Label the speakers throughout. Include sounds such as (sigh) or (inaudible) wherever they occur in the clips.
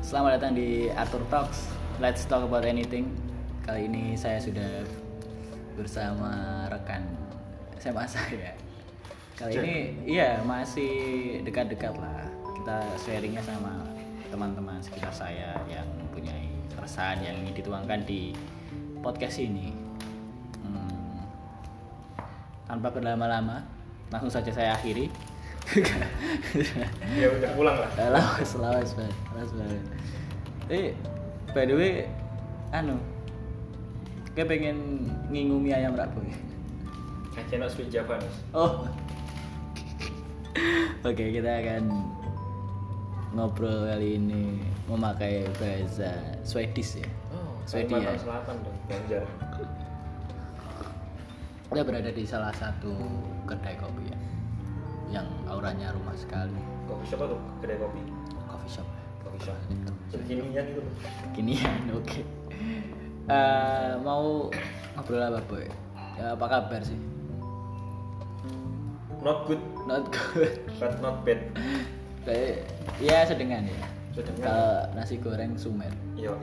Speaker 1: Selamat datang di Arthur Talks. Let's talk about anything. Kali ini saya sudah bersama rekan SMA saya. Kali
Speaker 2: Cek.
Speaker 1: ini iya masih dekat-dekat lah. Kita sharingnya sama teman-teman sekitar saya yang mempunyai keresahan yang ingin dituangkan di podcast ini. Hmm, Tanpa berlama-lama, langsung saja saya akhiri. (laughs)
Speaker 2: ya udah pulang lah
Speaker 1: Eh, lawas lawas banget lawas banget eh by the way anu gue pengen ngingumi ayam ya? rabu
Speaker 2: aja nak Eh, sweet java Mas.
Speaker 1: (laughs) oh oke kita akan ngobrol kali ini memakai bahasa Swedish ya
Speaker 2: oh
Speaker 1: Swedia.
Speaker 2: Kalimantan Selatan dong Banjar
Speaker 1: kita berada di salah satu kedai kopi ya yang auranya rumah sekali
Speaker 2: coffee shop atau kedai kopi
Speaker 1: coffee shop
Speaker 2: coffee shop kekinian gitu loh
Speaker 1: kinian (laughs) oke Eh, mau ngobrol apa boy ya, apa kabar sih
Speaker 2: not good
Speaker 1: not good (laughs)
Speaker 2: but not bad
Speaker 1: kayak ya sedengan ya
Speaker 2: sedangkan
Speaker 1: kalau nasi goreng sumer
Speaker 2: yo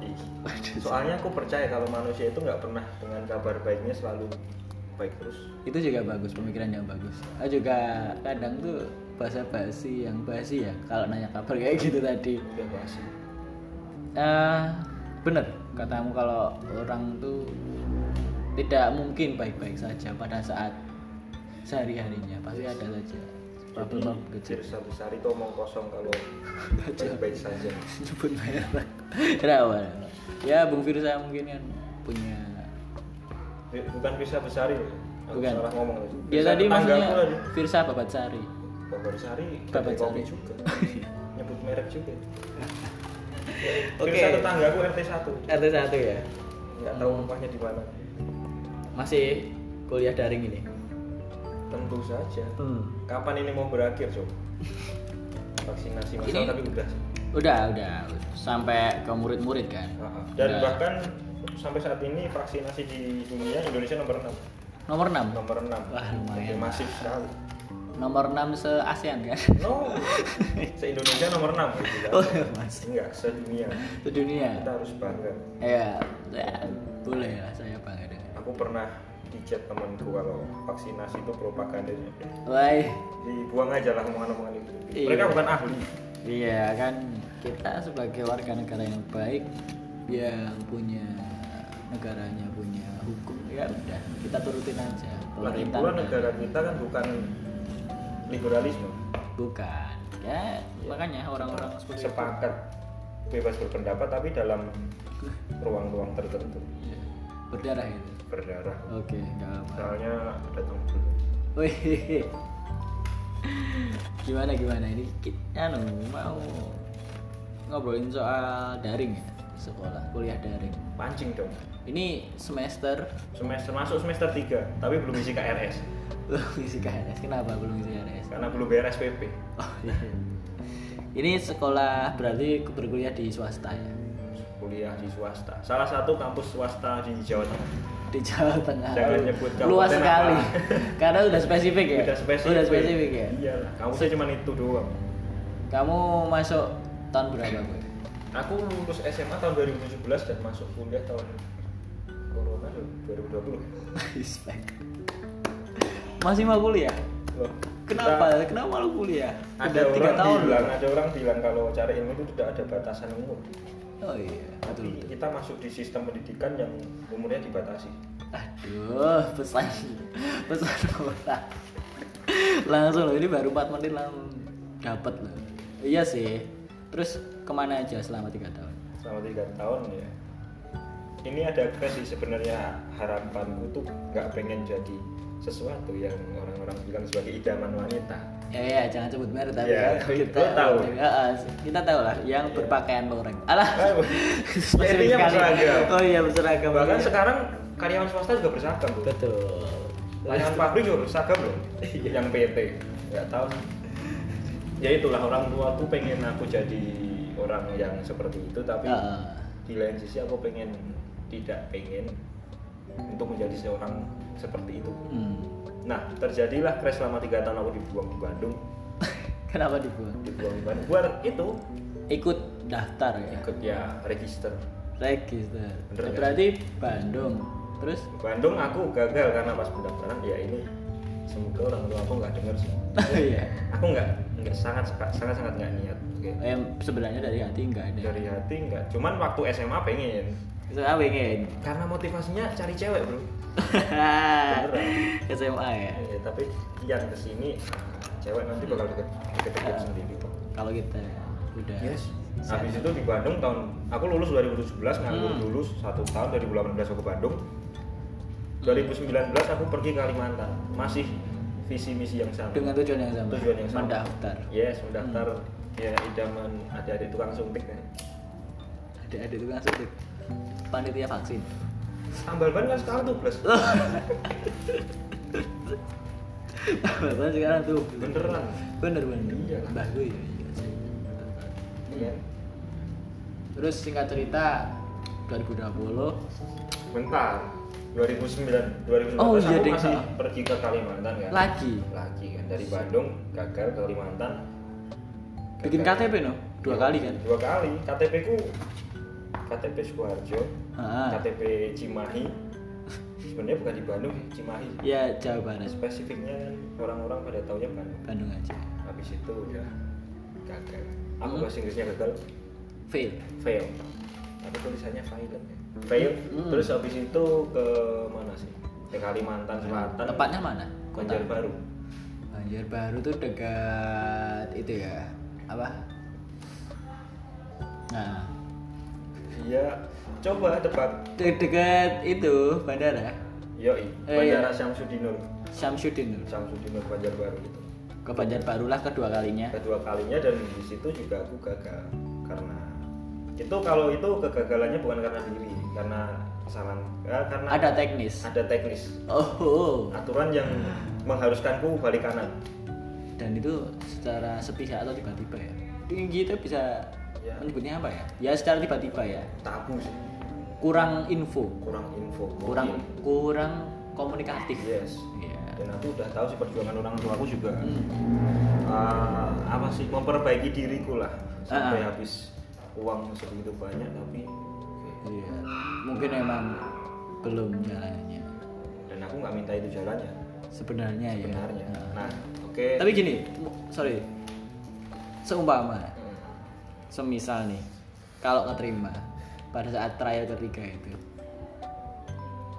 Speaker 1: Waduh,
Speaker 2: soalnya aku percaya kalau manusia itu nggak pernah dengan kabar baiknya selalu baik terus
Speaker 1: (laughs) itu juga bagus pemikiran yang bagus aku juga kadang tuh bahasa basi yang basi ya kalau nanya kabar kayak gitu tadi
Speaker 2: udah basi
Speaker 1: Eh, bener katamu kalau orang tuh tidak mungkin baik-baik saja pada saat sehari harinya pasti ada saja problem problem kecil (laughs)
Speaker 2: jadi satu sehari itu omong kosong kalau baik-baik saja
Speaker 1: nyebut merek rawa rawa. ya bung Fir saya mungkin kan punya
Speaker 2: bukan bisa besar ya Aku
Speaker 1: Bukan.
Speaker 2: salah ngomong
Speaker 1: ya tadi maksudnya
Speaker 2: tadi
Speaker 1: Firsa Babat Sari
Speaker 2: Babar Sari
Speaker 1: Babar
Speaker 2: kedai kopi
Speaker 1: Sari.
Speaker 2: (laughs) juga nyebut merek (laughs) juga
Speaker 1: Oke.
Speaker 2: Oke. Satu tangga aku RT 1
Speaker 1: RT satu ya
Speaker 2: nggak tahu rumahnya di mana.
Speaker 1: masih kuliah daring ini
Speaker 2: Tentu saja.
Speaker 1: Hmm.
Speaker 2: Kapan ini mau berakhir coba? Vaksinasi masal
Speaker 1: Ini-
Speaker 2: tapi udah.
Speaker 1: udah udah sampai ke murid-murid kan
Speaker 2: Ah, ah. Dan
Speaker 1: Udah.
Speaker 2: bahkan sampai saat ini vaksinasi di dunia Indonesia nomor 6
Speaker 1: nomor 6
Speaker 2: nomor 6
Speaker 1: Wah, iya. lumayan.
Speaker 2: masif (laughs) sekali
Speaker 1: nomor 6 se ASEAN kan
Speaker 2: no se Indonesia nomor 6
Speaker 1: oh
Speaker 2: iya,
Speaker 1: masih
Speaker 2: enggak se dunia
Speaker 1: dunia
Speaker 2: kita harus bangga
Speaker 1: ya, ya boleh lah saya bangga dengan
Speaker 2: aku pernah di chat temanku kalau vaksinasi itu propaganda
Speaker 1: Wah,
Speaker 2: dibuang aja lah omongan-omongan itu
Speaker 1: Iya.
Speaker 2: mereka bukan ahli
Speaker 1: Iya kan kita sebagai warga negara yang baik yang punya negaranya punya hukum ya udah kita turutin aja
Speaker 2: lagi
Speaker 1: udah-
Speaker 2: pula negara kita kan bukan liberalisme
Speaker 1: bukan ya makanya orang-orang seperti itu.
Speaker 2: sepakat bebas berpendapat tapi dalam ruang-ruang tertentu
Speaker 1: Iya. berdarah itu
Speaker 2: berdarah
Speaker 1: oke nggak apa
Speaker 2: soalnya ada teman
Speaker 1: Wih. gimana gimana ini kita anu mau ngobrolin soal daring ya sekolah kuliah daring
Speaker 2: pancing dong
Speaker 1: ini semester
Speaker 2: semester masuk semester 3 tapi belum isi KRS
Speaker 1: belum isi KRS kenapa belum isi KRS
Speaker 2: karena belum beres PP
Speaker 1: Oh, iya. Ini sekolah berarti berkuliah di swasta ya?
Speaker 2: kuliah di swasta salah satu kampus swasta di Jawa Tengah
Speaker 1: Di Jawa Tengah.
Speaker 2: Jangan nyebut kabupaten
Speaker 1: Luas
Speaker 2: apa.
Speaker 1: sekali. Karena udah spesifik ya.
Speaker 2: udah spesifik Iya.
Speaker 1: Udah spesifik ya.
Speaker 2: iyalah kampusnya cuma itu doang
Speaker 1: Kamu masuk tahun berapa, Bu?
Speaker 2: Aku lulus SMA tahun 2017 dan masuk kuliah tahun Corona tuh, 2020.
Speaker 1: Respect. Masih mau kuliah?
Speaker 2: Loh,
Speaker 1: Kenapa? Kenapa lu kuliah?
Speaker 2: kita- ada
Speaker 1: Udah tiga
Speaker 2: orang
Speaker 1: tahun
Speaker 2: bilang,
Speaker 1: loh.
Speaker 2: ada orang bilang kalau cari ilmu itu tidak ada batasan umur.
Speaker 1: Oh iya, betul
Speaker 2: Tapi
Speaker 1: betul.
Speaker 2: kita masuk di sistem pendidikan yang umurnya dibatasi.
Speaker 1: Aduh, pesan pesan orang. Langsung loh, ini baru 4 menit langsung dapat loh. Iya sih. Terus kemana aja selama 3 tahun?
Speaker 2: Selama tiga tahun ya. Ini ada apa sih sebenarnya harapanku tuh nggak pengen jadi sesuatu yang orang-orang bilang sebagai idaman wanita.
Speaker 1: Ya, ya jangan sebut merek tapi
Speaker 2: Ya,
Speaker 1: ya,
Speaker 2: kita tahu.
Speaker 1: Ya, kita tahu lah yang
Speaker 2: Iya.
Speaker 1: berpakaian loreng. Alah.
Speaker 2: Ah,
Speaker 1: (laughs) spesifik
Speaker 2: intinya
Speaker 1: sekali.
Speaker 2: berseragam.
Speaker 1: Oh iya berseragam.
Speaker 2: Bahkan
Speaker 1: Iya.
Speaker 2: sekarang karyawan swasta juga berseragam tuh.
Speaker 1: betul.
Speaker 2: Layanan pabrik juga berseragam loh, yang PT. Nggak tahu. Iya. Ya itulah orang tua aku pengen aku jadi orang yang seperti itu, tapi
Speaker 1: Heeh.
Speaker 2: di lain sisi aku pengen tidak pengen untuk menjadi seorang seperti itu. (laughs)
Speaker 1: Hmm.
Speaker 2: Nah terjadilah crash selama tiga tahun aku dibuang ke Bandung,
Speaker 1: Kenapa dibuang?
Speaker 2: dibuang ke Bandung. Buat itu
Speaker 1: ikut daftar ya
Speaker 2: ikut ya register
Speaker 1: register Ya
Speaker 2: Bener nggak
Speaker 1: berarti Bandung
Speaker 2: (laughs)
Speaker 1: terus
Speaker 2: Bandung aku gagal karena pas pendaftaran ya ini semoga orang tua aku nggak dengar sih
Speaker 1: (laughs) ya
Speaker 2: aku nggak nggak sangat sangat sangat nggak niat oke
Speaker 1: yang Eh, sebenarnya dari hati nggak ada
Speaker 2: dari hati nggak cuman waktu SMA pengen
Speaker 1: SMA pengen
Speaker 2: karena motivasinya cari cewek bro
Speaker 1: (laughs) SMA ya
Speaker 2: Iya, tapi yang kesini cewek nanti
Speaker 1: Hmm.
Speaker 2: bakal deket deket, deket sendiri kok
Speaker 1: kalau kita udah
Speaker 2: habis itu di Bandung tahun aku lulus 2017 nganggur
Speaker 1: Hmm.
Speaker 2: lulus satu tahun 2018 aku ke Bandung
Speaker 1: Hmm.
Speaker 2: 2019 aku pergi ke Kalimantan masih visi misi yang sama
Speaker 1: dengan tujuan yang sama
Speaker 2: tujuan yang sama
Speaker 1: mendaftar Hmm.
Speaker 2: yes mendaftar ya idaman adik-adik tukang suntik kan
Speaker 1: adik-adik tukang suntik panitia
Speaker 2: (laughs)
Speaker 1: vaksin
Speaker 2: tambal ban kan sekarang tuh plus
Speaker 1: Bahkan sekarang tuh
Speaker 2: beneran
Speaker 1: bener bener
Speaker 2: Iya.
Speaker 1: Mbah gue ya iya sih.
Speaker 2: iya
Speaker 1: terus singkat cerita 2020
Speaker 2: bentar 2009 2019
Speaker 1: Oh, iya,
Speaker 2: aku
Speaker 1: Dek.
Speaker 2: masih pergi ke Kalimantan kan
Speaker 1: lagi
Speaker 2: lagi kan dari Bandung gagal ke Kalimantan
Speaker 1: bikin
Speaker 2: Gagal. Iya,
Speaker 1: KTP no dua kali kan
Speaker 2: dua kali KTP ku KTP Sukoharjo
Speaker 1: Ah.
Speaker 2: KTP Cimahi sebenarnya bukan di Bandung sih, Cimahi
Speaker 1: ya Jawa Barat
Speaker 2: spesifiknya kan orang-orang pada taunya Bandung
Speaker 1: Bandung aja
Speaker 2: habis itu udah gagal aku
Speaker 1: Hmm.
Speaker 2: bahasa Inggrisnya gagal
Speaker 1: fail
Speaker 2: fail tapi tulisannya violent ya fail
Speaker 1: Hmm.
Speaker 2: terus habis itu ke mana sih ke Kalimantan Selatan
Speaker 1: tepatnya mana kota
Speaker 2: Banjarbaru
Speaker 1: Banjarbaru tuh dekat itu ya apa nah
Speaker 2: iya coba tepat
Speaker 1: de- dekat itu bandara
Speaker 2: yoi
Speaker 1: Eh,
Speaker 2: Bandara
Speaker 1: iya.
Speaker 2: Syamsuddinur
Speaker 1: Syamsuddin tuh.
Speaker 2: Syamsuddinur Banjarbaru gitu
Speaker 1: ke Banjarbaru lah kedua kalinya
Speaker 2: kedua kalinya dan di situ juga aku gagal karena itu kalau itu kegagalannya bukan karena diri karena kesalahan eh, karena
Speaker 1: ada teknis
Speaker 2: ada teknis
Speaker 1: oh, oh.
Speaker 2: aturan yang mengharuskanku balik kanan
Speaker 1: dan itu secara sepihak atau tiba-tiba ya Ini kita bisa
Speaker 2: Ya.
Speaker 1: menyebutnya apa ya ya secara tiba-tiba ya
Speaker 2: tabu sih
Speaker 1: kurang info
Speaker 2: kurang info
Speaker 1: kurang
Speaker 2: mungkin. Ya.
Speaker 1: kurang komunikatif
Speaker 2: yes
Speaker 1: Iya.
Speaker 2: dan aku udah tahu sih perjuangan orang tua aku juga
Speaker 1: Hmm.
Speaker 2: Ah, apa sih memperbaiki diriku lah sampai
Speaker 1: Ah, ah.
Speaker 2: habis uang segitu banyak tapi oke.
Speaker 1: Iya. mungkin emang belum jalannya
Speaker 2: dan aku nggak minta itu jalannya
Speaker 1: sebenarnya,
Speaker 2: sebenarnya
Speaker 1: ya Nah.
Speaker 2: nah oke
Speaker 1: tapi gini sorry seumpama
Speaker 2: Hmm.
Speaker 1: semisal nih kalau keterima pada saat trial ketiga itu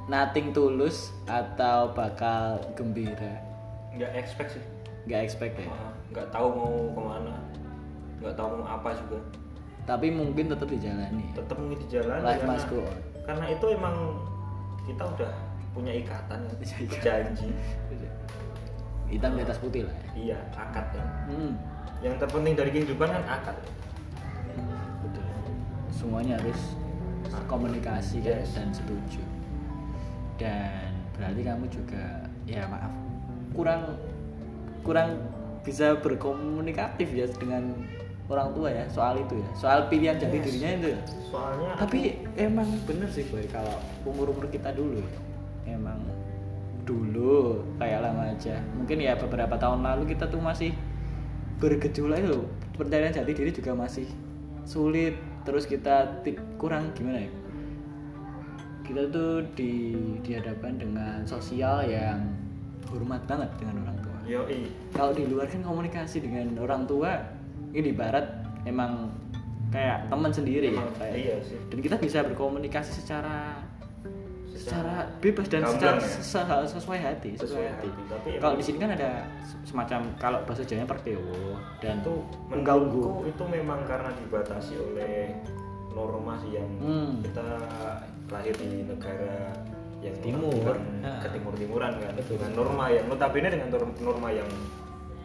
Speaker 1: nothing tulus atau bakal gembira
Speaker 2: nggak expect sih
Speaker 1: nggak expect ya
Speaker 2: Maaf, nggak tahu mau kemana nggak tahu mau apa juga
Speaker 1: tapi mungkin tetap dijalani ya.
Speaker 2: tetap mungkin di jalan
Speaker 1: Life
Speaker 2: karena,
Speaker 1: must go on.
Speaker 2: karena itu emang kita udah punya ikatan ya,
Speaker 1: Punya ikatan.
Speaker 2: janji
Speaker 1: hitam di atas putih lah ya.
Speaker 2: iya akad ya
Speaker 1: hmm,
Speaker 2: yang terpenting dari kehidupan kan akad
Speaker 1: betul semuanya harus komunikasi kan,
Speaker 2: Yes.
Speaker 1: dan setuju dan berarti kamu juga ya maaf kurang kurang bisa berkomunikatif ya dengan orang tua ya soal itu ya soal pilihan jati
Speaker 2: Yes.
Speaker 1: dirinya itu ya.
Speaker 2: soalnya
Speaker 1: tapi emang bener sih boy kalau umur umur kita dulu ya, emang dulu kayak lama aja mungkin ya beberapa tahun lalu kita tuh masih bergejolak itu loh. pencarian jati diri juga masih sulit terus kita ti- kurang gimana ya kita tuh di dihadapkan dengan sosial yang hormat banget dengan orang tua
Speaker 2: yoi
Speaker 1: kalau di luar kan komunikasi dengan orang tua ini di barat emang kayak teman sendiri ya
Speaker 2: Emang
Speaker 1: kayak
Speaker 2: iya sih
Speaker 1: dan kita bisa berkomunikasi secara secara
Speaker 2: Secara
Speaker 1: bebas dan secara
Speaker 2: gamblang ya?
Speaker 1: sesa- sesuai hati sesuai,
Speaker 2: Sesuai
Speaker 1: hati,
Speaker 2: hati, tapi
Speaker 1: kalau
Speaker 2: emang-
Speaker 1: di sini kan ada semacam kalau bahasa Jawanya perkewo dan
Speaker 2: itu
Speaker 1: mengganggu
Speaker 2: menurutku itu memang karena dibatasi oleh norma sih yang
Speaker 1: Hmm.
Speaker 2: kita lahir di negara yang
Speaker 1: Timur.
Speaker 2: bukan
Speaker 1: Nah.
Speaker 2: ke timur timuran kan dengan norma yang notabene dengan nor- norma yang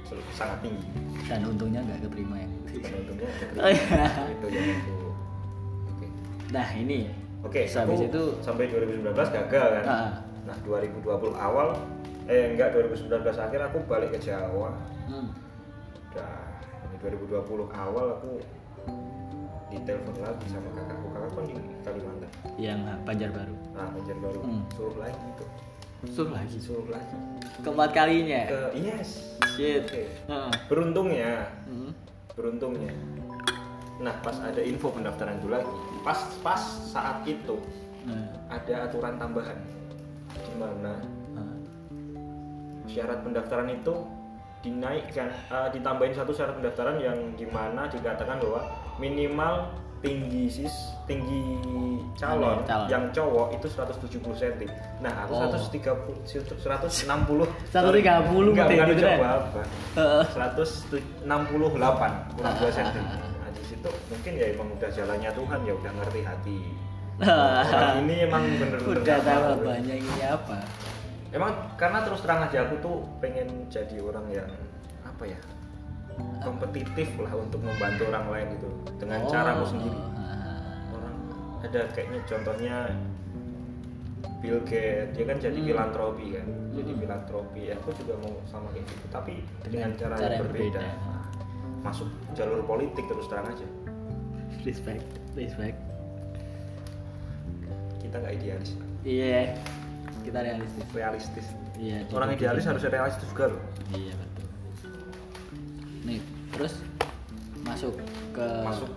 Speaker 2: sel- sangat tinggi
Speaker 1: dan untungnya nggak keterima ya
Speaker 2: Untungnya ada
Speaker 1: Oh, iya.
Speaker 2: itu yang aku oke
Speaker 1: nah ini
Speaker 2: oke
Speaker 1: Terus habis
Speaker 2: aku
Speaker 1: itu-
Speaker 2: sampai 2019 gagal kan
Speaker 1: Ah.
Speaker 2: nah 2020 awal eh enggak 2019 akhir aku balik ke Jawa
Speaker 1: hmm,
Speaker 2: udah ini 2020 awal aku ditelepon lagi sama kakakku kakak kan di Kalimantan
Speaker 1: yang Banjar Baru
Speaker 2: nah Banjarbaru baru
Speaker 1: Hmm.
Speaker 2: suruh lagi tuh
Speaker 1: sur lagi
Speaker 2: suruh lagi
Speaker 1: keempat kalinya
Speaker 2: ke yes
Speaker 1: shit
Speaker 2: Oke.
Speaker 1: Heeh.
Speaker 2: beruntungnya
Speaker 1: Hmm.
Speaker 2: beruntungnya Nah, pas ada info pendaftaran itu lagi, pas pas saat itu
Speaker 1: Nah,
Speaker 2: ada aturan tambahan di mana
Speaker 1: nah.
Speaker 2: syarat pendaftaran itu dinaikkan eh, ditambahin satu syarat pendaftaran yang dimana dikatakan bahwa minimal tinggi sis tinggi calon,
Speaker 1: Tinggi calon.
Speaker 2: yang cowok itu 170 cm. Nah, aku
Speaker 1: Oh.
Speaker 2: 130 160
Speaker 1: 130
Speaker 2: enggak,
Speaker 1: Budi,
Speaker 2: bukan
Speaker 1: beneran?
Speaker 2: coba apa.
Speaker 1: Heeh.
Speaker 2: 168 kurang 2 cm. Nah, di situ mungkin ya emang udah jalannya Tuhan ya udah ngerti
Speaker 1: (laughs)
Speaker 2: hati. Orang ini emang bener-bener
Speaker 1: udah
Speaker 2: nggak
Speaker 1: tahu
Speaker 2: tahu.
Speaker 1: banyak ini apa
Speaker 2: Emang karena terus terang aja aku tuh pengen jadi orang yang apa ya kompetitif lah untuk membantu orang lain gitu dengan
Speaker 1: Oh,
Speaker 2: cara aku sendiri.
Speaker 1: ah.
Speaker 2: Orang ada kayaknya contohnya Bill Gates dia kan jadi
Speaker 1: Hmm.
Speaker 2: filantropi kan, jadi
Speaker 1: Hmm.
Speaker 2: filantropi. Ya, Aku juga mau sama kayak gitu tapi
Speaker 1: Dengan
Speaker 2: dengan, cara,
Speaker 1: cara
Speaker 2: yang
Speaker 1: yang
Speaker 2: berbeda. Nah,
Speaker 1: berbeda.
Speaker 2: Masuk jalur politik terus terang aja
Speaker 1: respect respect
Speaker 2: kita nggak idealis,
Speaker 1: iya kita realistis
Speaker 2: realistis.
Speaker 1: iya
Speaker 2: Orang
Speaker 1: dibikin
Speaker 2: idealis harus realistis juga Eh. loh.
Speaker 1: Iya betul. Nih, terus masuk ke
Speaker 2: Masuk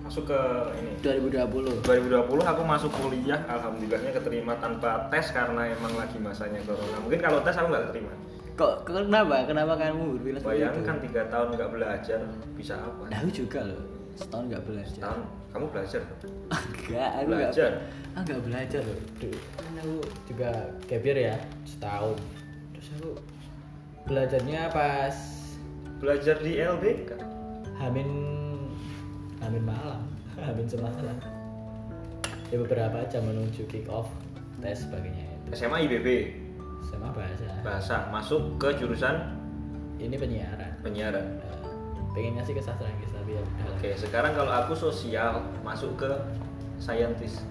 Speaker 2: masuk ke ini
Speaker 1: 2020.
Speaker 2: 2020 aku masuk kuliah alhamdulillahnya keterima tanpa tes karena emang lagi masanya corona mungkin kalau tes aku nggak keterima
Speaker 1: Kok kenapa? Kenapa kamu bilang seperti itu?
Speaker 2: bayangkan tiga tahun nggak belajar bisa apa
Speaker 1: Nah, aku juga loh. Setahun nggak belajar.
Speaker 2: tahun kamu belajar
Speaker 1: (laughs) Enggak, aku nggak-
Speaker 2: Belajar?
Speaker 1: Ah, nggak belajar loh. Duh, kan aku juga gabir ya setahun. Terus aku belajarnya pas
Speaker 2: belajar di LBK
Speaker 1: Hamin Hamin malam, (laughs) Hamin semalam. Ya beberapa jam menuju kick off tes sebagainya itu
Speaker 2: SMA IBB
Speaker 1: sama bahasa.
Speaker 2: bahasa masuk ke jurusan
Speaker 1: ini penyiaran
Speaker 2: penyiaran
Speaker 1: Eh, pengennya sih ke sastra Inggris tapi ya udah
Speaker 2: oke sekarang kalau aku sosial masuk ke scientist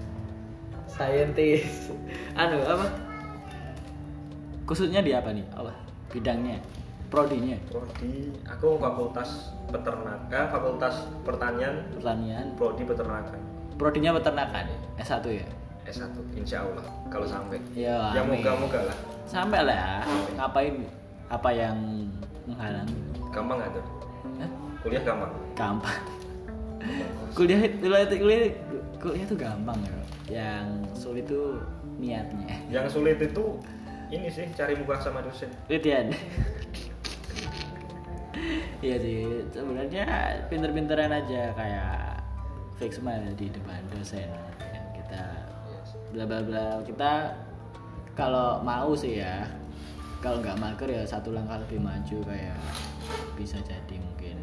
Speaker 1: scientist (laughs) anu apa khususnya di apa nih apa bidangnya prodinya
Speaker 2: prodi aku fakultas peternakan fakultas pertanian
Speaker 1: pertanian
Speaker 2: prodi peternakan
Speaker 1: prodinya peternakan S1 ya
Speaker 2: S1 insya Allah kalau sampai
Speaker 1: ya
Speaker 2: ya
Speaker 1: amin.
Speaker 2: moga-moga lah
Speaker 1: sampai lah ya. ngapain apa yang menghalangi
Speaker 2: gampang nggak tuh
Speaker 1: Hah?
Speaker 2: kuliah gampang
Speaker 1: gampang kuliah kuliah kuliah kuliah tuh gampang ya yang sulit tuh niatnya
Speaker 2: yang sulit itu ini sih cari muka sama dosen
Speaker 1: Ritian. (laughs) Iya sih, sebenarnya pinter-pinteran aja kayak Fixmal di depan dosen kan kita
Speaker 2: Iya,
Speaker 1: bla bla bla kita kalau mau sih ya kalau nggak mager ya satu langkah lebih maju kayak bisa jadi mungkin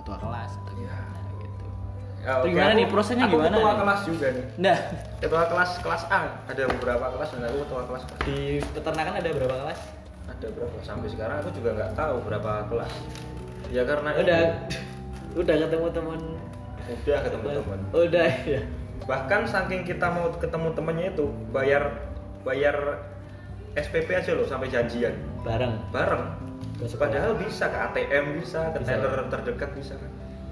Speaker 1: ketua kelas atau gimana gitu.
Speaker 2: Ya, oke,
Speaker 1: Gimana
Speaker 2: aku-
Speaker 1: nih, prosesnya
Speaker 2: aku
Speaker 1: gimana
Speaker 2: ketua
Speaker 1: nih?
Speaker 2: kelas juga nih
Speaker 1: Nah
Speaker 2: ketua kelas kelas A ada beberapa kelas dan aku ketua kelas A.
Speaker 1: di peternakan ada berapa kelas?
Speaker 2: ada berapa sampai sekarang aku juga nggak tahu berapa kelas ya karena
Speaker 1: Udah (laughs) udah ketemu teman
Speaker 2: udah ketemu teman
Speaker 1: udah ya
Speaker 2: bahkan saking kita mau ketemu temennya itu bayar bayar SPP aja loh sampai janjian
Speaker 1: bareng
Speaker 2: bareng
Speaker 1: Ke sekolah.
Speaker 2: padahal bisa ke ATM bisa ke
Speaker 1: Bisa.
Speaker 2: teller terdekat bisa kan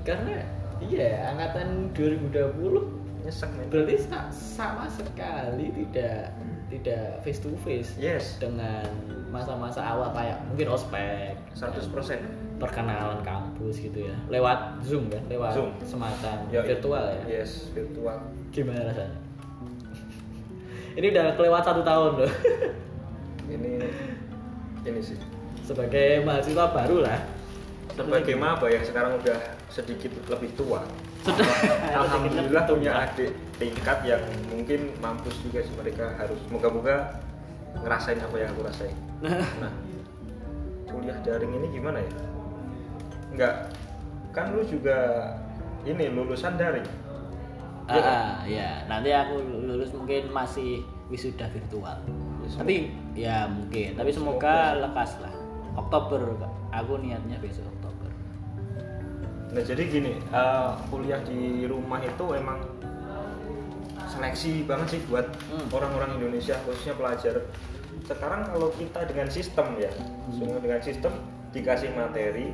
Speaker 1: karena iya angkatan 2020
Speaker 2: nyesek men
Speaker 1: berarti sa- sama sekali tidak tidak face to face
Speaker 2: yes
Speaker 1: dengan masa-masa awal kayak mungkin ospek
Speaker 2: 100%
Speaker 1: perkenalan kampus gitu ya lewat zoom kan lewat
Speaker 2: Zoom.
Speaker 1: semacam
Speaker 2: Ya,
Speaker 1: virtual ya
Speaker 2: yes virtual
Speaker 1: gimana rasanya (laughs) ini udah kelewat satu tahun loh (laughs)
Speaker 2: ini ini sih
Speaker 1: sebagai mahasiswa baru lah
Speaker 2: sebagai maba yang ya? sekarang udah sedikit lebih tua
Speaker 1: Sudah. (laughs)
Speaker 2: Alhamdulillah punya adik tingkat yang mungkin mampus juga sih mereka harus moga-moga ngerasain apa yang aku
Speaker 1: (laughs)
Speaker 2: rasain nah kuliah daring ini gimana ya nggak kan lu juga ini lulusan daring
Speaker 1: Ah, ah, ya nanti aku lulus mungkin masih wisuda virtual.
Speaker 2: Wisuda.
Speaker 1: Tapi ya mungkin, tapi semoga lekas lah. Oktober Kak. aku niatnya besok Oktober.
Speaker 2: Nah jadi gini, eh, kuliah di rumah itu emang seleksi banget sih buat
Speaker 1: Hmm.
Speaker 2: orang-orang Indonesia khususnya pelajar. Sekarang kalau kita dengan sistem ya,
Speaker 1: Hmm.
Speaker 2: semua dengan sistem dikasih materi,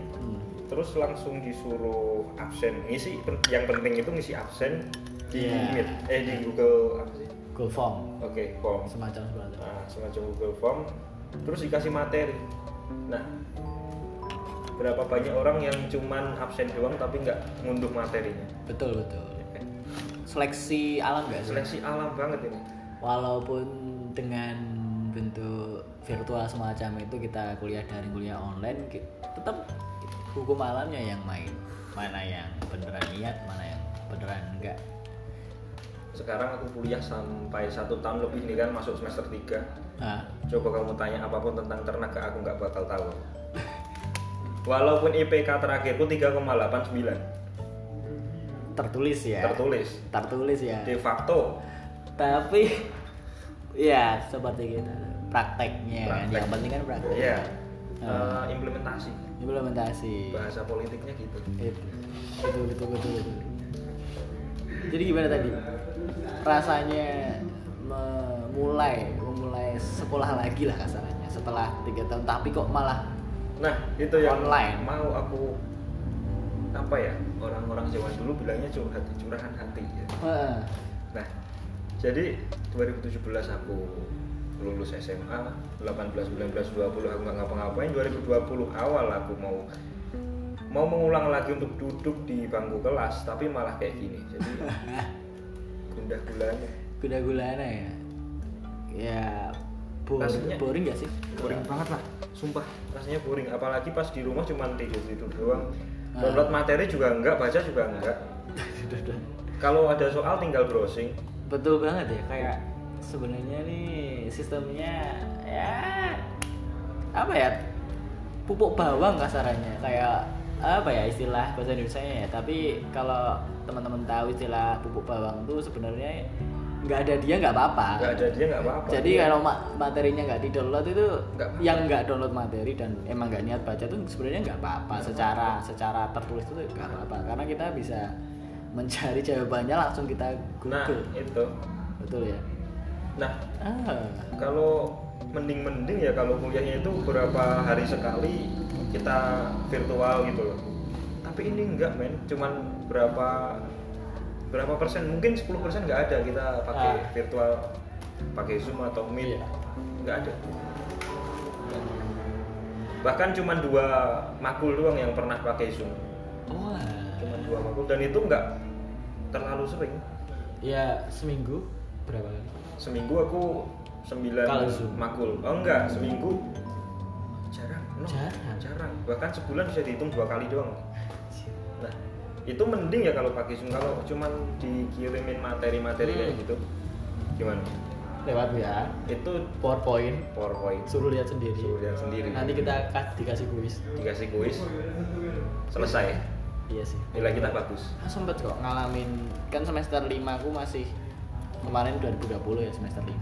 Speaker 2: terus langsung disuruh absen, ngisi pen- yang penting itu ngisi absen di
Speaker 1: Iya.
Speaker 2: Meet, eh di Google apa sih?
Speaker 1: Go form
Speaker 2: Oke form.
Speaker 1: semacam seperti itu.
Speaker 2: Nah, semacam Google Form terus dikasih materi nah berapa banyak orang yang cuman absen doang tapi nggak ngunduh materinya Ya kan?
Speaker 1: betul betul seleksi alam gak sih
Speaker 2: seleksi alam banget ini
Speaker 1: walaupun dengan bentuk virtual semacam itu kita kuliah daring kuliah online ki- tetap hukum alamnya yang main mana yang beneran niat mana yang beneran enggak
Speaker 2: sekarang aku kuliah sampai satu tahun lebih nih kan masuk semester 3
Speaker 1: nah,
Speaker 2: coba kamu tanya apapun tentang ternaga aku nggak bakal tahu walaupun IPK terakhirku 3,89
Speaker 1: tertulis ya
Speaker 2: tertulis Iya.
Speaker 1: tertulis ya
Speaker 2: de facto
Speaker 1: tapi ya seperti gitu prakteknya kan.
Speaker 2: Praktek.
Speaker 1: yang penting kan praktek
Speaker 2: ya
Speaker 1: Ah.
Speaker 2: eh, implementasi
Speaker 1: implementasi
Speaker 2: bahasa politiknya gitu
Speaker 1: itu Iya. betul betul betul betul. jadi gimana tadi rasanya memulai memulai sekolah lagi lah kasarnya setelah tiga tahun tapi kok malah
Speaker 2: Nah, itu yang
Speaker 1: Online.
Speaker 2: mau aku apa ya? Orang-orang Jawa dulu bilangnya curhat curahan hati ya.
Speaker 1: eh, (laughs)
Speaker 2: Nah, jadi 2017 aku lulus SMA, 18, 19, 20 aku nggak ngapa-ngapain, 2020 awal aku mau mau mengulang lagi untuk duduk di bangku kelas, tapi malah kayak gini. Jadi gundah gulana.
Speaker 1: kuda gulana ya ya bo-
Speaker 2: Rasanya-
Speaker 1: boring gak sih (laughs)
Speaker 2: boring banget lah sumpah rasanya boring apalagi pas di rumah cuma tidur tidur doang download materi juga enggak baca juga enggak kalau ada soal tinggal browsing
Speaker 1: betul banget ya kayak sebenarnya nih sistemnya ya apa ya pupuk bawang kasarannya kayak apa ya istilah bahasa Indonesia ya tapi kalau teman-teman tahu istilah pupuk bawang tuh sebenarnya nggak ada dia nggak apa-apa
Speaker 2: enggak ada dia enggak apa-apa
Speaker 1: Ah.
Speaker 2: Iya.
Speaker 1: jadi kalau ma- materinya nggak di download itu
Speaker 2: Nggak apa-apa.
Speaker 1: yang nggak download materi dan emang nggak niat baca tuh sebenarnya nggak apa-apa secara secara tertulis itu nggak apa-apa karena kita bisa mencari jawabannya langsung kita
Speaker 2: nah
Speaker 1: google
Speaker 2: itu
Speaker 1: betul ya
Speaker 2: nah
Speaker 1: ah
Speaker 2: kalau mending-mending ya kalau kuliahnya itu berapa hari sekali kita virtual gitu loh tapi ini enggak men cuman berapa berapa persen mungkin 10 persen enggak ada kita pakai
Speaker 1: Ah.
Speaker 2: virtual pakai zoom atau meet
Speaker 1: Iya.
Speaker 2: enggak ada bahkan cuman dua makul doang yang pernah pakai zoom
Speaker 1: wah Ah.
Speaker 2: cuman dua makul dan itu enggak terlalu sering
Speaker 1: ya seminggu berapa kali
Speaker 2: seminggu aku sembilan
Speaker 1: Kalau Zoom.
Speaker 2: makul oh enggak seminggu jarang no.
Speaker 1: Jarang.
Speaker 2: jarang bahkan sebulan bisa dihitung dua kali doang nah itu mending ya kalau pakai zoom kalau cuman dikirimin materi-materi kayak
Speaker 1: Hmm.
Speaker 2: gitu gimana
Speaker 1: lewat ya
Speaker 2: itu
Speaker 1: powerpoint
Speaker 2: powerpoint
Speaker 1: suruh lihat sendiri
Speaker 2: Suruh lihat sendiri.
Speaker 1: nanti kita kas- dikasih kuis
Speaker 2: dikasih kuis selesai
Speaker 1: iya sih
Speaker 2: nilai kita bagus
Speaker 1: Aku sempet kok ngalamin kan semester 5 aku masih kemarin 2020 ya semester 5